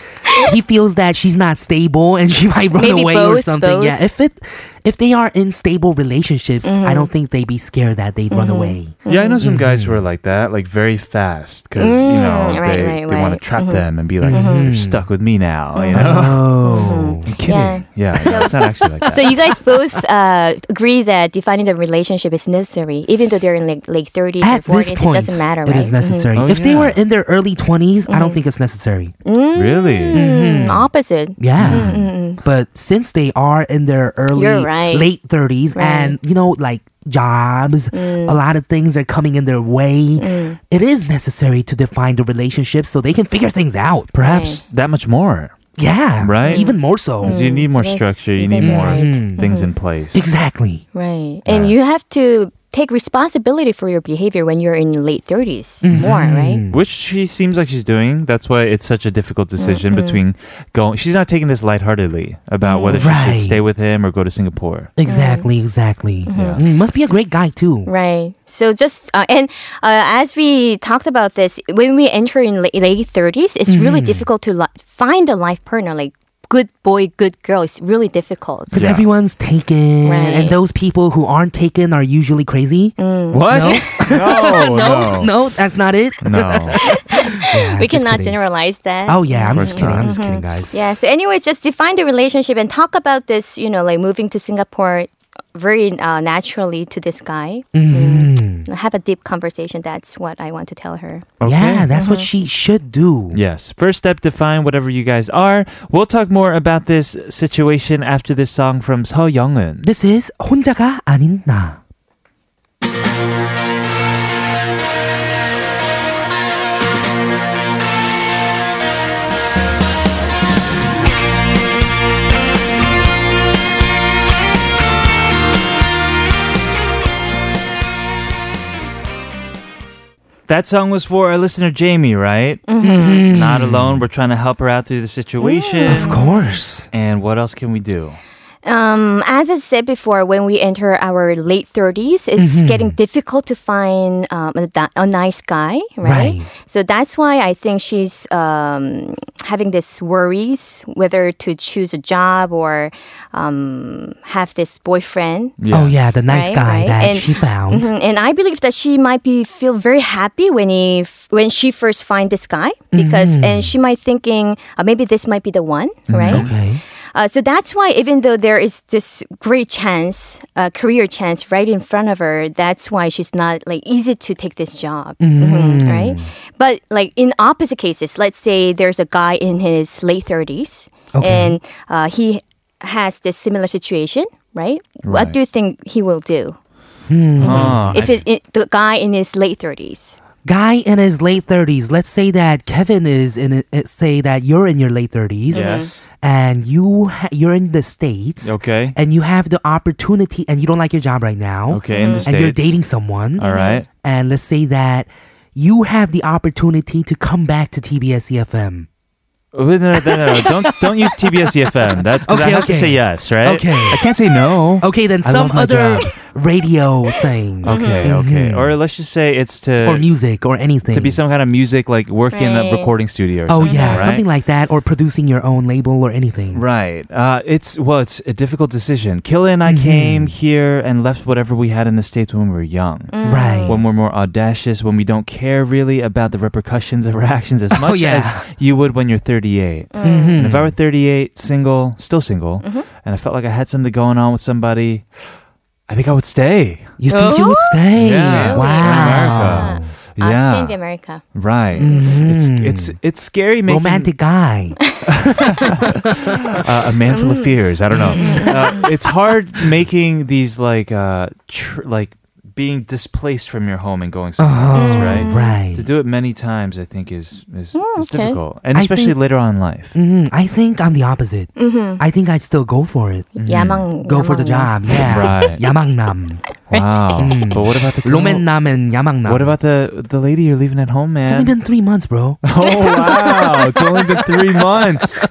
A: he feels that she's not stable and she might run
D: Maybe
A: away or
D: both,
A: something?
D: both. Mm-hmm.
A: Yeah, if it if they are in stable relationships, I don't think they'd be scared that they'd run away.
B: Yeah, I know some guys who are like that, like very fast, because you know
D: Mm, right,
B: they,
D: right,
B: they want to
D: right.
B: trap them and be like, "You're stuck with me now," you
A: Mm-hmm.
B: know.
A: Oh,
D: Mm-hmm.
B: I'm kidding. Yeah, no, it's not actually like that.
D: So you guys both uh, agree that defining the relationship is necessary, even though they're in like late thirties or
A: at this
D: forties.
A: point,
D: It doesn't matter,
A: It
D: right?
A: is
D: Mm-hmm.
A: necessary.
B: Mhm. Oh,
A: if they were
B: yeah.
A: in their early 20s I don't think it's necessary.
B: really?
D: Mm,
A: Hmm.
D: Opposite.
A: Yeah. But since they are in their early,
D: Mm-hmm. You're right. Mm.
A: late 30s, and you know, like jobs, a lot of things are coming in their way, it is necessary to define the relationship so they can figure things out.
B: Perhaps that much more.
A: Yeah.
B: Right.
A: Even more so.
B: 'Cause
D: Mm.
B: you need more
D: Yes,
B: structure. Mm, You
D: you
B: need
D: guys
B: more Mm-hmm.
D: are right.
B: things in place.
A: Mm-hmm. Exactly.
D: Right. And you have to take responsibility for your behavior when you're in late 30s
A: Mm-hmm.
D: more, right?
B: Which she seems like she's doing. That's why it's such a difficult decision between going. She's not taking this lightheartedly about whether she
A: Right.
B: should stay with him or go to Singapore.
A: Exactly. Exactly. Mm, must be a great guy, too.
D: Mm. Mm-hmm. Right. So just uh, and uh, as we talked about this, when we enter in la- late 30s, it's really
A: Mm-hmm.
D: difficult to li- find a life partner like good boy, good girl. It's really difficult.
A: Because
B: Yeah.
A: everyone's taken,
D: Right. Mm.
A: and those people who aren't taken are usually crazy.
B: What? No, no,
A: no, that's not it.
B: no.
A: Yeah,
D: we
A: just
D: cannot
A: kidding.
D: generalize that.
A: Oh yeah, I'm just
B: course
A: kidding.
B: not.
A: I'm just kidding, guys.
D: Yeah. So, anyways, just define the relationship and talk about this. You know, like moving to Singapore very uh, naturally to this guy.
A: Mhm.
D: have a deep conversation. That's what I want to tell her.
B: Okay.
A: Yeah, that's what
D: Mm-hmm.
A: she should do.
B: Yes. First step, define whatever you guys are. We'll talk more about this situation after this song from Seo Young은.
A: This is 혼자가 아닌 나.
B: That song was for our listener Jamie, right? Not alone. We're trying to help her out through the situation.
A: Mm-hmm. Of course.
B: And what else can we do?
D: Um, as I said before, when we enter our late 30s, it's getting difficult to find um, a, di- a nice guy, right?
A: Right.
D: So that's why I think she's um, having this worries whether to choose a job or um, have this boyfriend.
A: Oh yeah, the nice
D: Right,
A: guy
D: right.
A: that
D: And-
A: she found.
D: Mhm, And I believe that she might be feel very happy when he f- when she first find this guy because
A: Mm-hmm.
D: and she might thinking uh, maybe this might be the one, right?
A: Okay.
D: Uh, so that's why, even though there is this great chance, uh, career chance right in front of her, that's why she's not like easy to take this job,
A: Mm-hmm.
D: Mhm, right? But like in opposite cases, let's say there's a guy in his late thirties
A: Okay.
D: and uh, he has this similar situation, right? What
B: Right.
D: do you think he will do
B: Ah,
D: if
B: I-
D: it, it, the guy in his late thirties?
A: Guy in his late thirties. Let's say that Kevin is in. it- Say that you're in your late thirties.
D: Mm-hmm.
B: yes.
A: And you ha- you're in the states.
B: Okay.
A: And you have the opportunity, and you don't like your job right now.
B: Okay. In
A: And
B: the States.
A: you're dating someone.
B: All right.
A: and let's say that you have the opportunity to come back to TBS EFM.
B: Oh, No, no, no, no. Don't don't use TBS EFM. E That's 'cause I
A: Okay,
B: have to
A: okay.
B: say yes, right?
A: Okay.
B: I can't say no.
A: Okay, then
B: I
A: some
B: love my
A: other
B: job.
A: radio thing
B: Okay, okay. Or let's just say it's
A: Mm-hmm.
B: to
A: or music or anything.
B: to be some kind of music, like working in a
D: Right.
B: recording studio. Or
A: oh
B: something,
A: yeah,
B: right?
A: something like that, or producing your own label or anything.
B: Right. Uh, it's well, it's a difficult decision. Killa and I
A: Mm-hmm.
B: came here and left whatever we had in the states when we were young.
A: Right.
B: When we're more audacious, when we don't care really about the repercussions of our actions as much
A: Oh, yeah.
B: as you would when you're 38.
A: Mm. Mm-hmm. Hmm.
B: And if I were 38, single, still single, and I felt like I had something going on with somebody, I think I would stay.
A: You think you would stay?
B: Yeah.
A: Wow.
B: In America.
D: I've
B: Yeah.
D: stayed in America.
B: Right. It's it's it's scary making
A: Mm-hmm. Romantic guy.
B: uh, a man full of fears. I don't know.
A: Mm-hmm.
B: uh, it's hard making these like uh, tr- like being displaced from your home and going somewhere else, right?
A: Oh, Right.
B: To do it many times, I think is is, is
D: okay.
B: difficult, and
A: I
B: especially
A: think-
B: later on in life.
A: Mhm. I think I'm the opposite.
D: Mm-hmm.
A: I think I'd still go for it.
D: Yamang.
A: Mm-hmm. Go for the
D: Yamang.
A: job. Yeah.
B: Right.
A: Yamangnam.
B: Wow. But what about the girl-
A: Romangnam and Yamangnam.
B: What about the the lady you're leaving at home, man?
A: It's only been three months, bro.
B: oh wow! It's only been three months.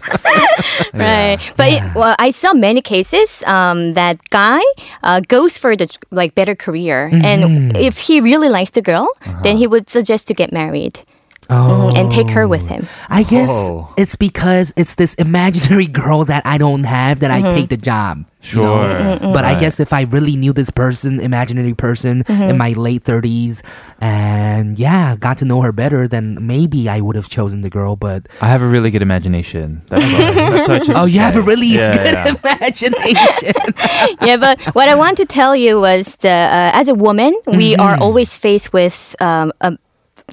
D: Right, Uh, but It, well, I saw many cases um, that guy uh, goes for the like better career, and
A: Mm-hmm.
D: if he really likes the girl,
A: Uh-huh.
D: then he would suggest to get married
A: Oh.
D: and take her with him.
A: I guess
B: Oh.
A: it's because it's this imaginary girl that I don't have that
D: Mm-hmm.
A: I take the job. you know?
B: Sure. Mm-mm-mm.
A: But I
B: Right.
A: guess if I really knew this person, imaginary person in
D: Mm-hmm.
A: my late 30s and yeah, got to know her better, then maybe I would have chosen the girl, but
B: I have a really good imagination. That's why. That's why I chose
A: Oh,
B: to
A: you have
B: stay.
A: a really
B: Yeah,
A: good
B: yeah.
A: imagination.
D: yeah, but what I want to tell you was the, uh, as a woman, we
A: Mm-hmm.
D: are always faced with um, a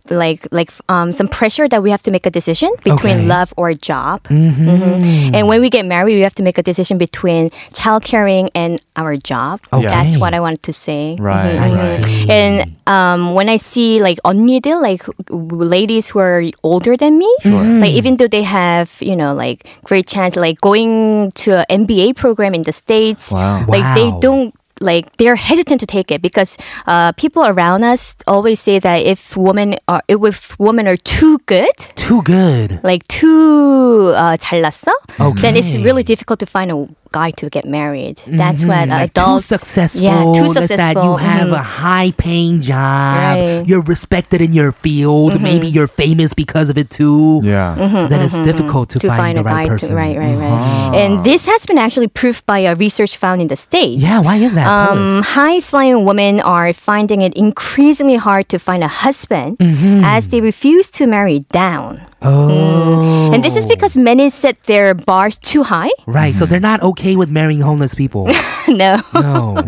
D: like like um, some pressure that we have to make a decision between
A: Okay. Mm-hmm.
D: love or job. Mhm. And when we get married, we have to make a decision between child caring and our job.
A: Okay.
D: That's what I want to say.
B: Right,
D: Mhm.
A: I
B: right.
A: see.
D: And um, when I see like 언니들, like w- ladies who are older than me, like
A: Mm.
D: even though they have you know like great chance, like going to an MBA program in the states,
B: Wow.
D: like they
A: Wow.
D: don't. Like they're hesitant to take it because uh, people around us always say that if women are if women are too good,
A: Too good.
D: like too uh, 잘났어, then it's
A: Okay. Mm-hmm.
D: really difficult to find a guy to get married. That's what
A: Like
D: adults
A: too successful.
D: Yeah, too
A: let's
D: successful.
A: That you have
D: Mhm.
A: a high paying job.
D: Right. Mm-hmm.
A: You're respected in your field. Maybe you're famous because of it too.
B: Yeah.
A: then it's difficult to,
D: mm-hmm. to
A: find,
D: find,
A: the
D: a
A: right
D: guy
A: person. Uh-huh.
D: to right right
B: Oh.
D: right and this has been actually proved by a research found in the states
A: Yeah, why is that? Tell
D: um,
A: us.
D: high flying women are
A: Mm-hmm.
D: finding it increasingly hard to find a husband as they refuse to marry down.
A: okay. Oh.
D: hmm. And this is because men set their bars too high.
A: Oh. Right, so they're not okay with marrying homeless people.
D: no.
A: No.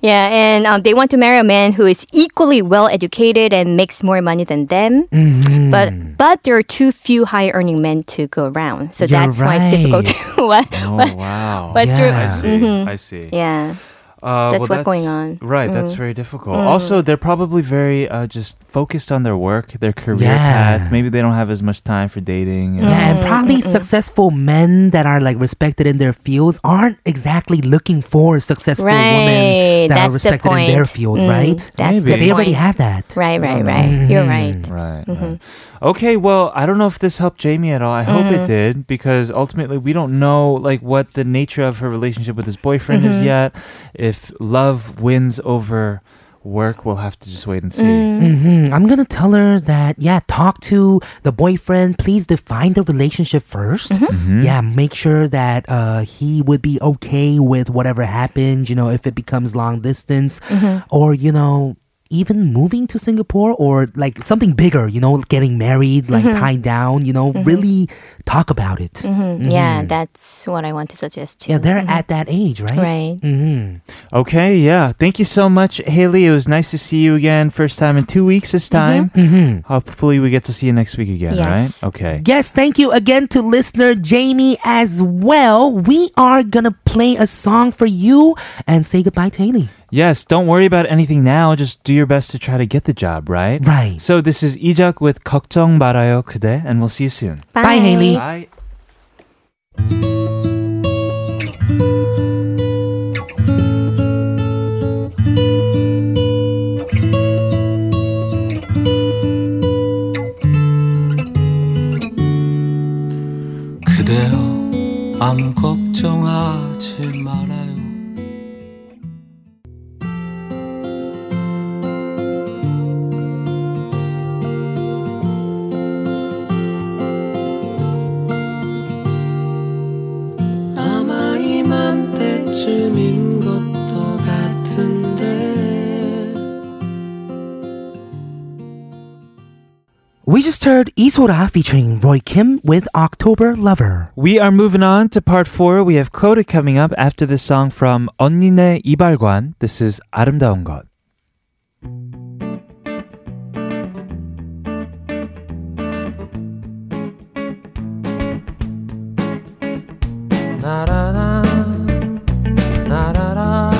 D: Yeah, and um, they want to marry a man who is equally well educated and makes more money than them.
A: Mm-hmm.
D: But but there are too few high earning men to go around, so
A: You're
D: that's why it's difficult to what,
B: Oh,
D: what
B: wow.
D: what's your Mm-hmm.
B: I see. I see.
D: yeah.
B: Uh,
D: That's what's going on. Mm-hmm.
B: Right, that's very difficult. Also, they're probably very uh, just focused on their work, their career
A: Yeah.
B: path. Maybe they don't have as much time for dating. and-
A: Yeah, and probably successful men that are like respected in their fields aren't exactly looking for successful
D: Right.
A: women that are
D: That's the
A: respected in their
D: point.
A: field,
D: Mm,
A: right?
D: that's
B: Maybe.
D: the
A: They already Mm-hmm.
D: point.
A: have that.
D: Right, right, right. You're right.
B: Right, right. Okay, well, I don't know if this helped Jamie at all. I hope it did because ultimately we don't know like what the nature of her relationship with his boyfriend is yet. If love wins over work, we'll have to just wait and see.
A: hmm I'm gonna tell her that yeah, talk to the boyfriend. Please define the relationship 1st Yeah, make sure that uh, he would be okay with whatever happens. You know, if it becomes long distance, or you know. Even moving to Singapore or like something bigger, you know, getting married, like tied down, you know, really talk about it.
D: Mm, Yeah, that's what I want to Mm-hmm. suggest too.
A: Mm-hmm. Yeah, they're at that age, right?
D: right.
A: hmm
B: Okay, yeah. Thank you so much, Haley. It was nice to see you again. First time in two weeks this time.
A: hmm
B: Hopefully, we get to see you next week again,
D: Yes.
B: right? Okay.
A: Yes, thank you again to listener Jamie as well. We are gonna play a song for you and say goodbye to Haley.
B: Yes, don't worry about anything now. Just do your best to try to get the job, right?
A: Right.
B: So, this is Ijak with 걱정 말아요 그대, and we'll see you soon.
A: Bye, Haley.
B: Bye.
E: 그대여 아무 걱정하지 말아요
F: 아마 이맘때쯤인 것도 같은데
A: We just heard Isora featuring Roy Kim with October Lover.
B: We are moving on to part four. We have Coda coming up after this song from 언니네 이발관. This is 아름다운 것.
E: 나라라 나라라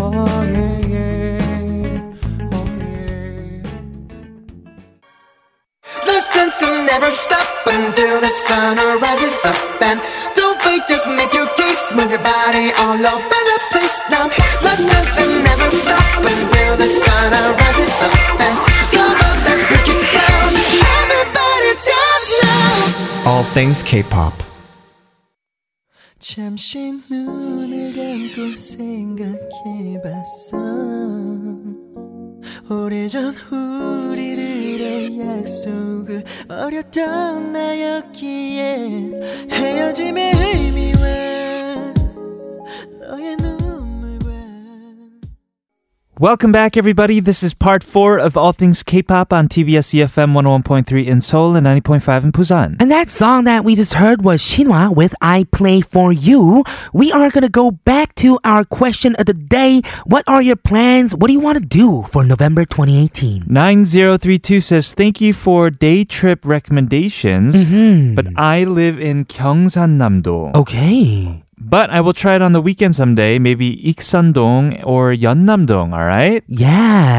E: oh yeah yeah oh yeah
H: Listen to never stop until the sun rises up and don't wait, just make your case, move your body all over the place now. Listen to never stop until the sun rises up and come on, let's break it down. Everybody dance now. All things K-pop. 잠시 눈을 감고 생각해봤어. 오래전 우리들의 약속을 어렸던 나였기에 헤어짐의 의미와 너의 눈물과
B: Welcome back, everybody. This is part four of All Things K-pop on TBS EFM 101.3 in Seoul and 90.5 in Busan.
A: And that song that we just heard was Shinwa with I Play For You. We are gonna go back to our question of the day. What are your plans? What do you wanna do for November 2018?
B: 9032 says, Thank you for day trip recommendations,
A: Mm-hmm.
B: but I live in Gyeongsan-namdo.
A: Oh. Okay.
B: But I will try it on the weekend someday, maybe Iksan-dong or Yeonnam-dong, all right?
A: Yeah,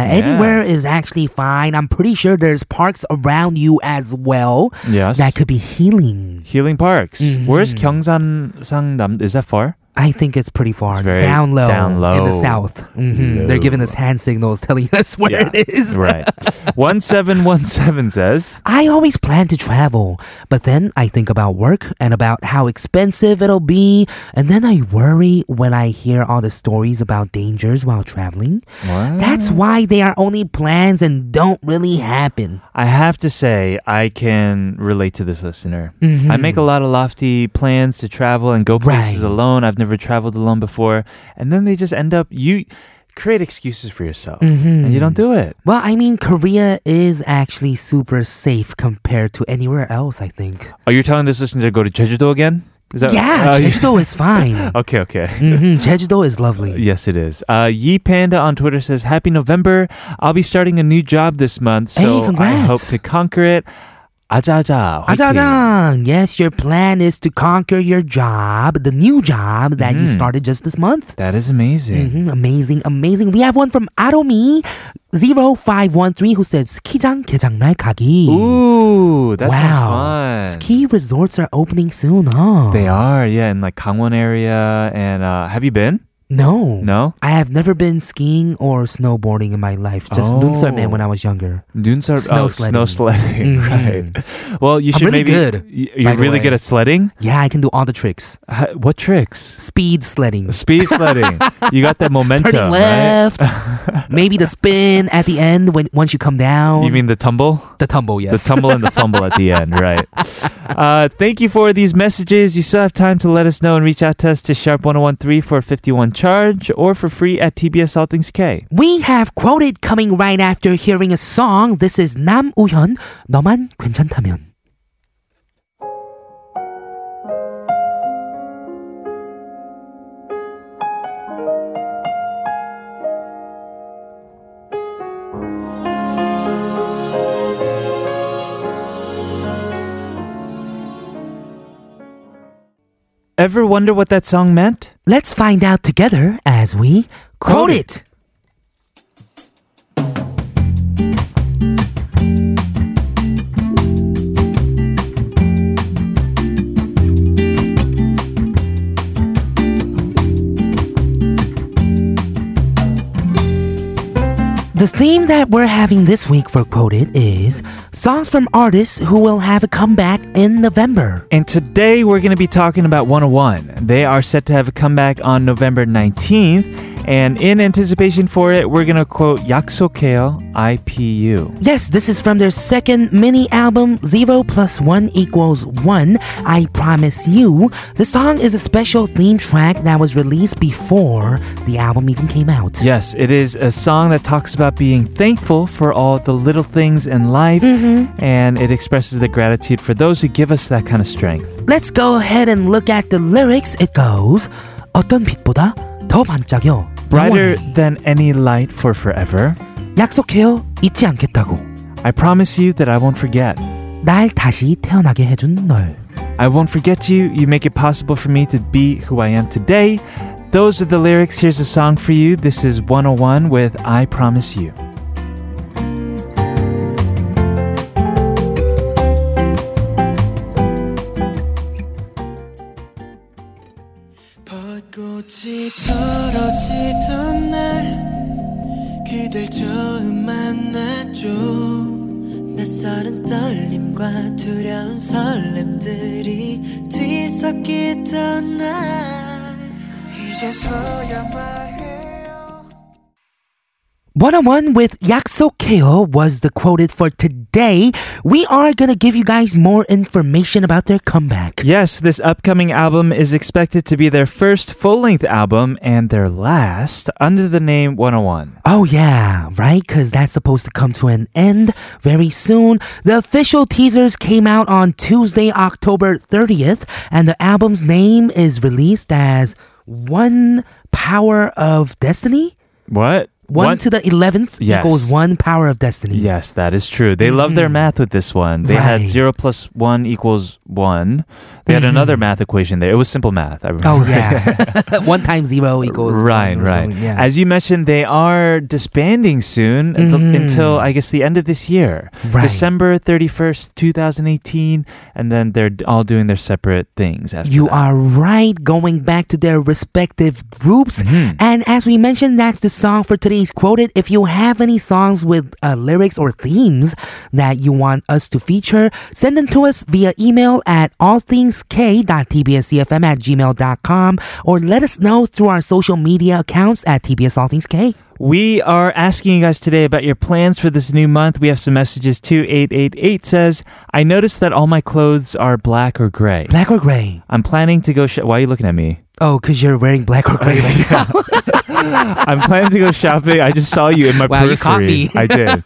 B: Yeah.
A: anywhere is actually fine. I'm pretty sure there's parks around you as well.
B: Yes.
A: That could be Mm-hmm. healing.
B: Healing Parks. Where's Gyeongsan-sangnam? Is that far?
A: I think it's pretty far.
B: It's very
A: down low.
B: down
A: In the
B: low.
A: south. hmm They're giving us hand signals telling us where
B: Yeah.
A: it is.
B: Right. 1717 says,
A: I always plan to travel, but then I think about work and about how expensive it'll be, and then I worry when I hear all the stories about dangers while traveling. That's why they are only plans and don't really happen.
B: I have to say, I can relate to this listener. I make a lot of lofty plans to travel and go places
A: Mm-hmm. Right.
B: alone. I've never traveled alone before. And then they just end up, you create excuses for yourself
A: Mm-hmm.
B: and you don't do it.
A: Well, I mean, Korea is actually super safe compared to anywhere else, I think.
B: Are you telling this listener to go to Jeju-do again? Is that
A: yeah,
B: Oh, you-
A: Jeju-do is fine.
B: Okay, okay.
A: hmm Jeju-do is lovely.
B: Yes, it is. Uh, Yee Panda on Twitter says, "Happy November! I'll be starting a new job this month,
A: Hey,
B: so I
A: congrats.
B: hope to conquer it." 아자자, 화이팅.
A: Ajajang! Yes, your plan is to conquer your job, the new job that you
B: Mhm.
A: started just this month.
B: That is amazing.
A: hmm Amazing, amazing. We have one from Aromi 0513 who said 스키장 개장날
B: E.
A: 가기.
B: Ooh, that
A: wow.
B: sounds fun.
A: Ski resorts are opening soon, huh?
B: They are, yeah, in like Gangwon area. And uh, have you been?
A: No.
B: No.
A: I have never been skiing or snowboarding in my life. Just
B: Oh.
A: 눈썰매 when I was younger.
B: Dunsar,
A: Snow
B: oh,
A: sledding.
B: Snow sledding, Mm-hmm.
A: Mhm.
B: right? Well,
A: I'm
B: you should
A: really
B: maybe.
A: good,
B: y-
A: by
B: You're
A: the
B: really
A: way.
B: good at sledding.
A: Yeah, I can do all the tricks.
B: Ha- What tricks?
A: Speed sledding.
B: Speed sledding. you got that momentum,
A: Turning
B: right?
A: left. maybe the spin at the end when once you come down.
B: You mean the tumble?
A: the tumble, yes.
B: The tumble and the fumble at the end, right? Uh, thank you for these messages. You still have time to let us know and reach out to us to sharp1013 for a 51 charge or for free at TBS All Things K.
A: We have quoted coming right after hearing a song. This is Nam Uhyun, 너만 괜찮다면.
B: Ever wonder what that song meant?
A: Let's find out together as we quote
B: Quote
A: it. The theme that we're having this week for Quoted is songs from artists who will have a comeback in November.
B: And today we're going to be talking about 101. They are set to have a comeback on November 19th. And in anticipation for it, we're going to quote 약속해요, IPU.
A: Yes, this is from their second mini album, Zero Plus One Equals One, I Promise You. The song is a special theme track that was released before the album even came out.
B: Yes, it is a song that talks about being thankful for all the little things in life, and it expresses the gratitude for those who give us that kind of strength.
A: Let's go ahead and look at the lyrics. It goes, 어떤 빛보다 더 반짝여.
B: Brighter
A: 영원히.
B: than any light for forever,
A: 약속해요, 잊지 않겠다고.
B: I promise you that I won't forget.
A: 날 다시 태어나게 해준 널.
B: I won't forget you. You make it possible for me to be who I am today. Those are the lyrics. Here's a song for you. This is 101 with I Promise You.
F: 벚꽃이 떨어지던 날 그댈 처음 만났죠 낯설은 떨림과 두려운 설렘들이 뒤섞이던 날 이제서야만 해요
A: 101 with Yaksokeo was the quoted for today. We are gonna give you guys more information about their comeback.
B: Yes, this upcoming album is expected to be their first full length album and their last under the name 101.
A: Oh, yeah, right? Because that's supposed to come to an end very soon. The official teasers came out on Tuesday, October 30th, and the album's name is released as One Power of Destiny?
B: What?
A: One, to the 11th
B: Yes.
A: equals One Power of Destiny.
B: Yes, that is true. They love their math with this one.
A: Mm.
B: They
A: Right. Mm-hmm.
B: had 0 plus 1 equals 1. They had another math equation there. It was simple math. I
A: Oh,
B: remember.
A: yeah. one times zero equals.
B: Right,
A: one or
B: right.
A: something, Yeah.
B: As you mentioned, they are disbanding soon until- until I guess the end of this year,
A: Mm-hmm. Right.
B: December thirty first, two thousand eighteen, and then they're d- all doing their separate things. After
A: You
B: that.
A: are right, going back to their respective groups.
B: Mhm.
A: And as we mentioned, that's the song for today's quoted. If you have any songs with uh, lyrics or themes that you want us to feature, send them to us via email at allthingsk.tbscfm at gmail.com or let us know through our social media accounts at TBS All Things K.
B: We are asking you guys today about your plans for this new month. We have some messages too. Eight eight eight says, "I noticed that all my clothes are black or gray.
A: Black or gray?
B: I'm planning to go. Sh- Why are you looking at me?
A: Oh, because you're wearing black or gray right now.
B: I'm planning to go shopping. I just saw you in my
A: Wow, you caught me.
B: periphery. I did.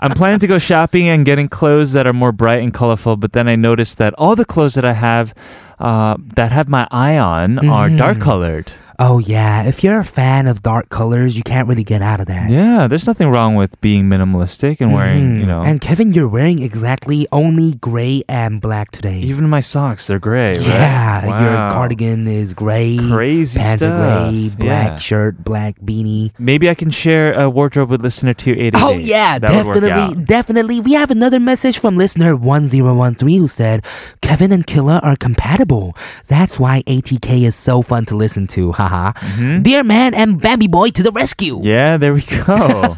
B: I'm planning to go shopping and getting clothes that are more bright and colorful, but then I noticed that all the clothes that I have uh, that have my eye on are
A: Mm-hmm.
B: dark colored.
A: Oh, yeah. If you're a fan of dark colors, you can't really get out of that.
B: Yeah, there's nothing wrong with being minimalistic and wearing, you know.
A: Mm-hmm. Mm. And Kevin, you're wearing exactly only gray and black today.
B: even my socks, they're gray, right?
A: yeah, your
B: Wow.
A: cardigan is gray.
B: Crazy
A: pants are
B: stuff.
A: gray, black
B: Yeah.
A: shirt, black beanie.
B: Maybe I can share a wardrobe with listener 288.
A: Oh yeah,
B: That would work out.
A: definitely, definitely. We have another message from listener one zero one three who said Kevin and Killa are compatible. That's why ATK is so fun to listen to. Haha. Dear man and Bambi boy to the rescue.
B: Mm-hmm. Yeah, there we go.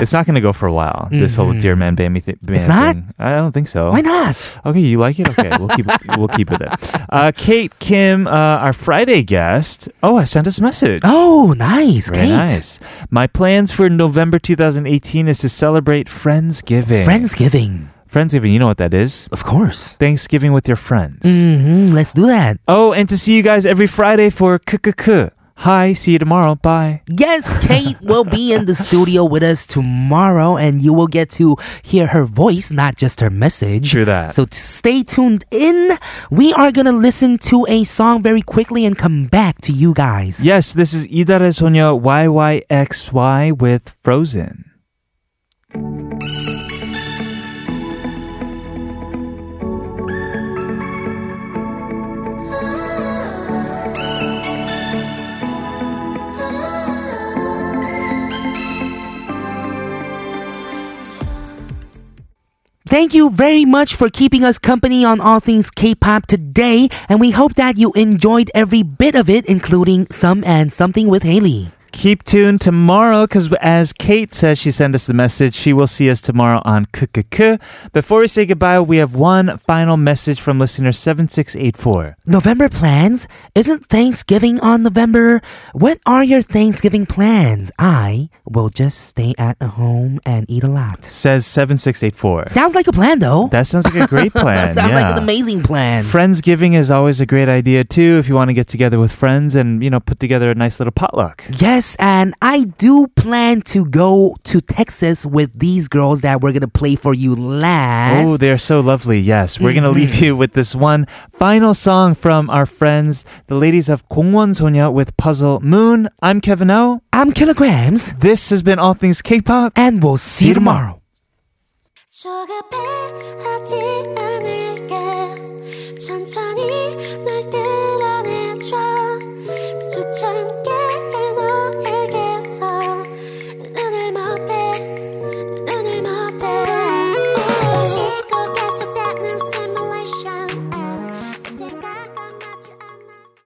B: it's not going to go for a while. This whole dear man, Bambi thi- man
A: Mm-hmm. It's not?
B: thing. I don't think so.
A: Why not?
B: Okay, you like it. Okay, we'll keep we'll keep it. Then. Uh, Kate Kim, uh, our Friday guest. Oh, I sent us a message.
A: Oh, nice,
B: Very
A: Kate.
B: nice. My plans for November 2018 is to celebrate Friendsgiving.
A: Friendsgiving,
B: Friendsgiving. You know what that is?
A: of course.
B: Thanksgiving with your friends.
A: hmm Let's do that.
B: Oh, and to see you guys every Friday for KKK. Hi, see you tomorrow. Bye.
A: Yes, Kate will be in the studio with us tomorrow, and you will get to hear her voice, not just her message.
B: True that.
A: So t- stay tuned in. We are going to listen to a song very quickly and come back to you guys.
B: Yes, this is Idare Sonya YYXY with Frozen.
A: Thank you very much for keeping us company on all things K-pop today, and we hope that you enjoyed every bit of it, including some and something with Haley.
B: Keep tuned tomorrow because, as Kate says, she sent us the message. She will see us tomorrow on KKK. Before we say goodbye, we have one final message from listener 7684.
A: November plans? Isn't Thanksgiving on November? What are your Thanksgiving plans? I will just stay at home and eat a lot.
B: Says 7684.
A: Sounds like a plan though.
B: That sounds like a great plan.
A: Sounds
B: yeah.
A: like an amazing plan.
B: Friendsgiving is always a great idea too if you want to get together with friends and, you know, put together a nice little potluck.
A: Yes, and I do plan to go to Texas with these girls that we're gonna play for you last.
B: Oh, they're so lovely. Yes. We're going to leave you with this one final song from our friends, the ladies of Kongwon Sonya with Puzzle Moon. I'm Kevin O.
A: I'm Kilograms,
B: This has been All Things K-Pop.
A: and we'll see you tomorrow.
C: 저 앞에 하지 않을게 천천히 날 어.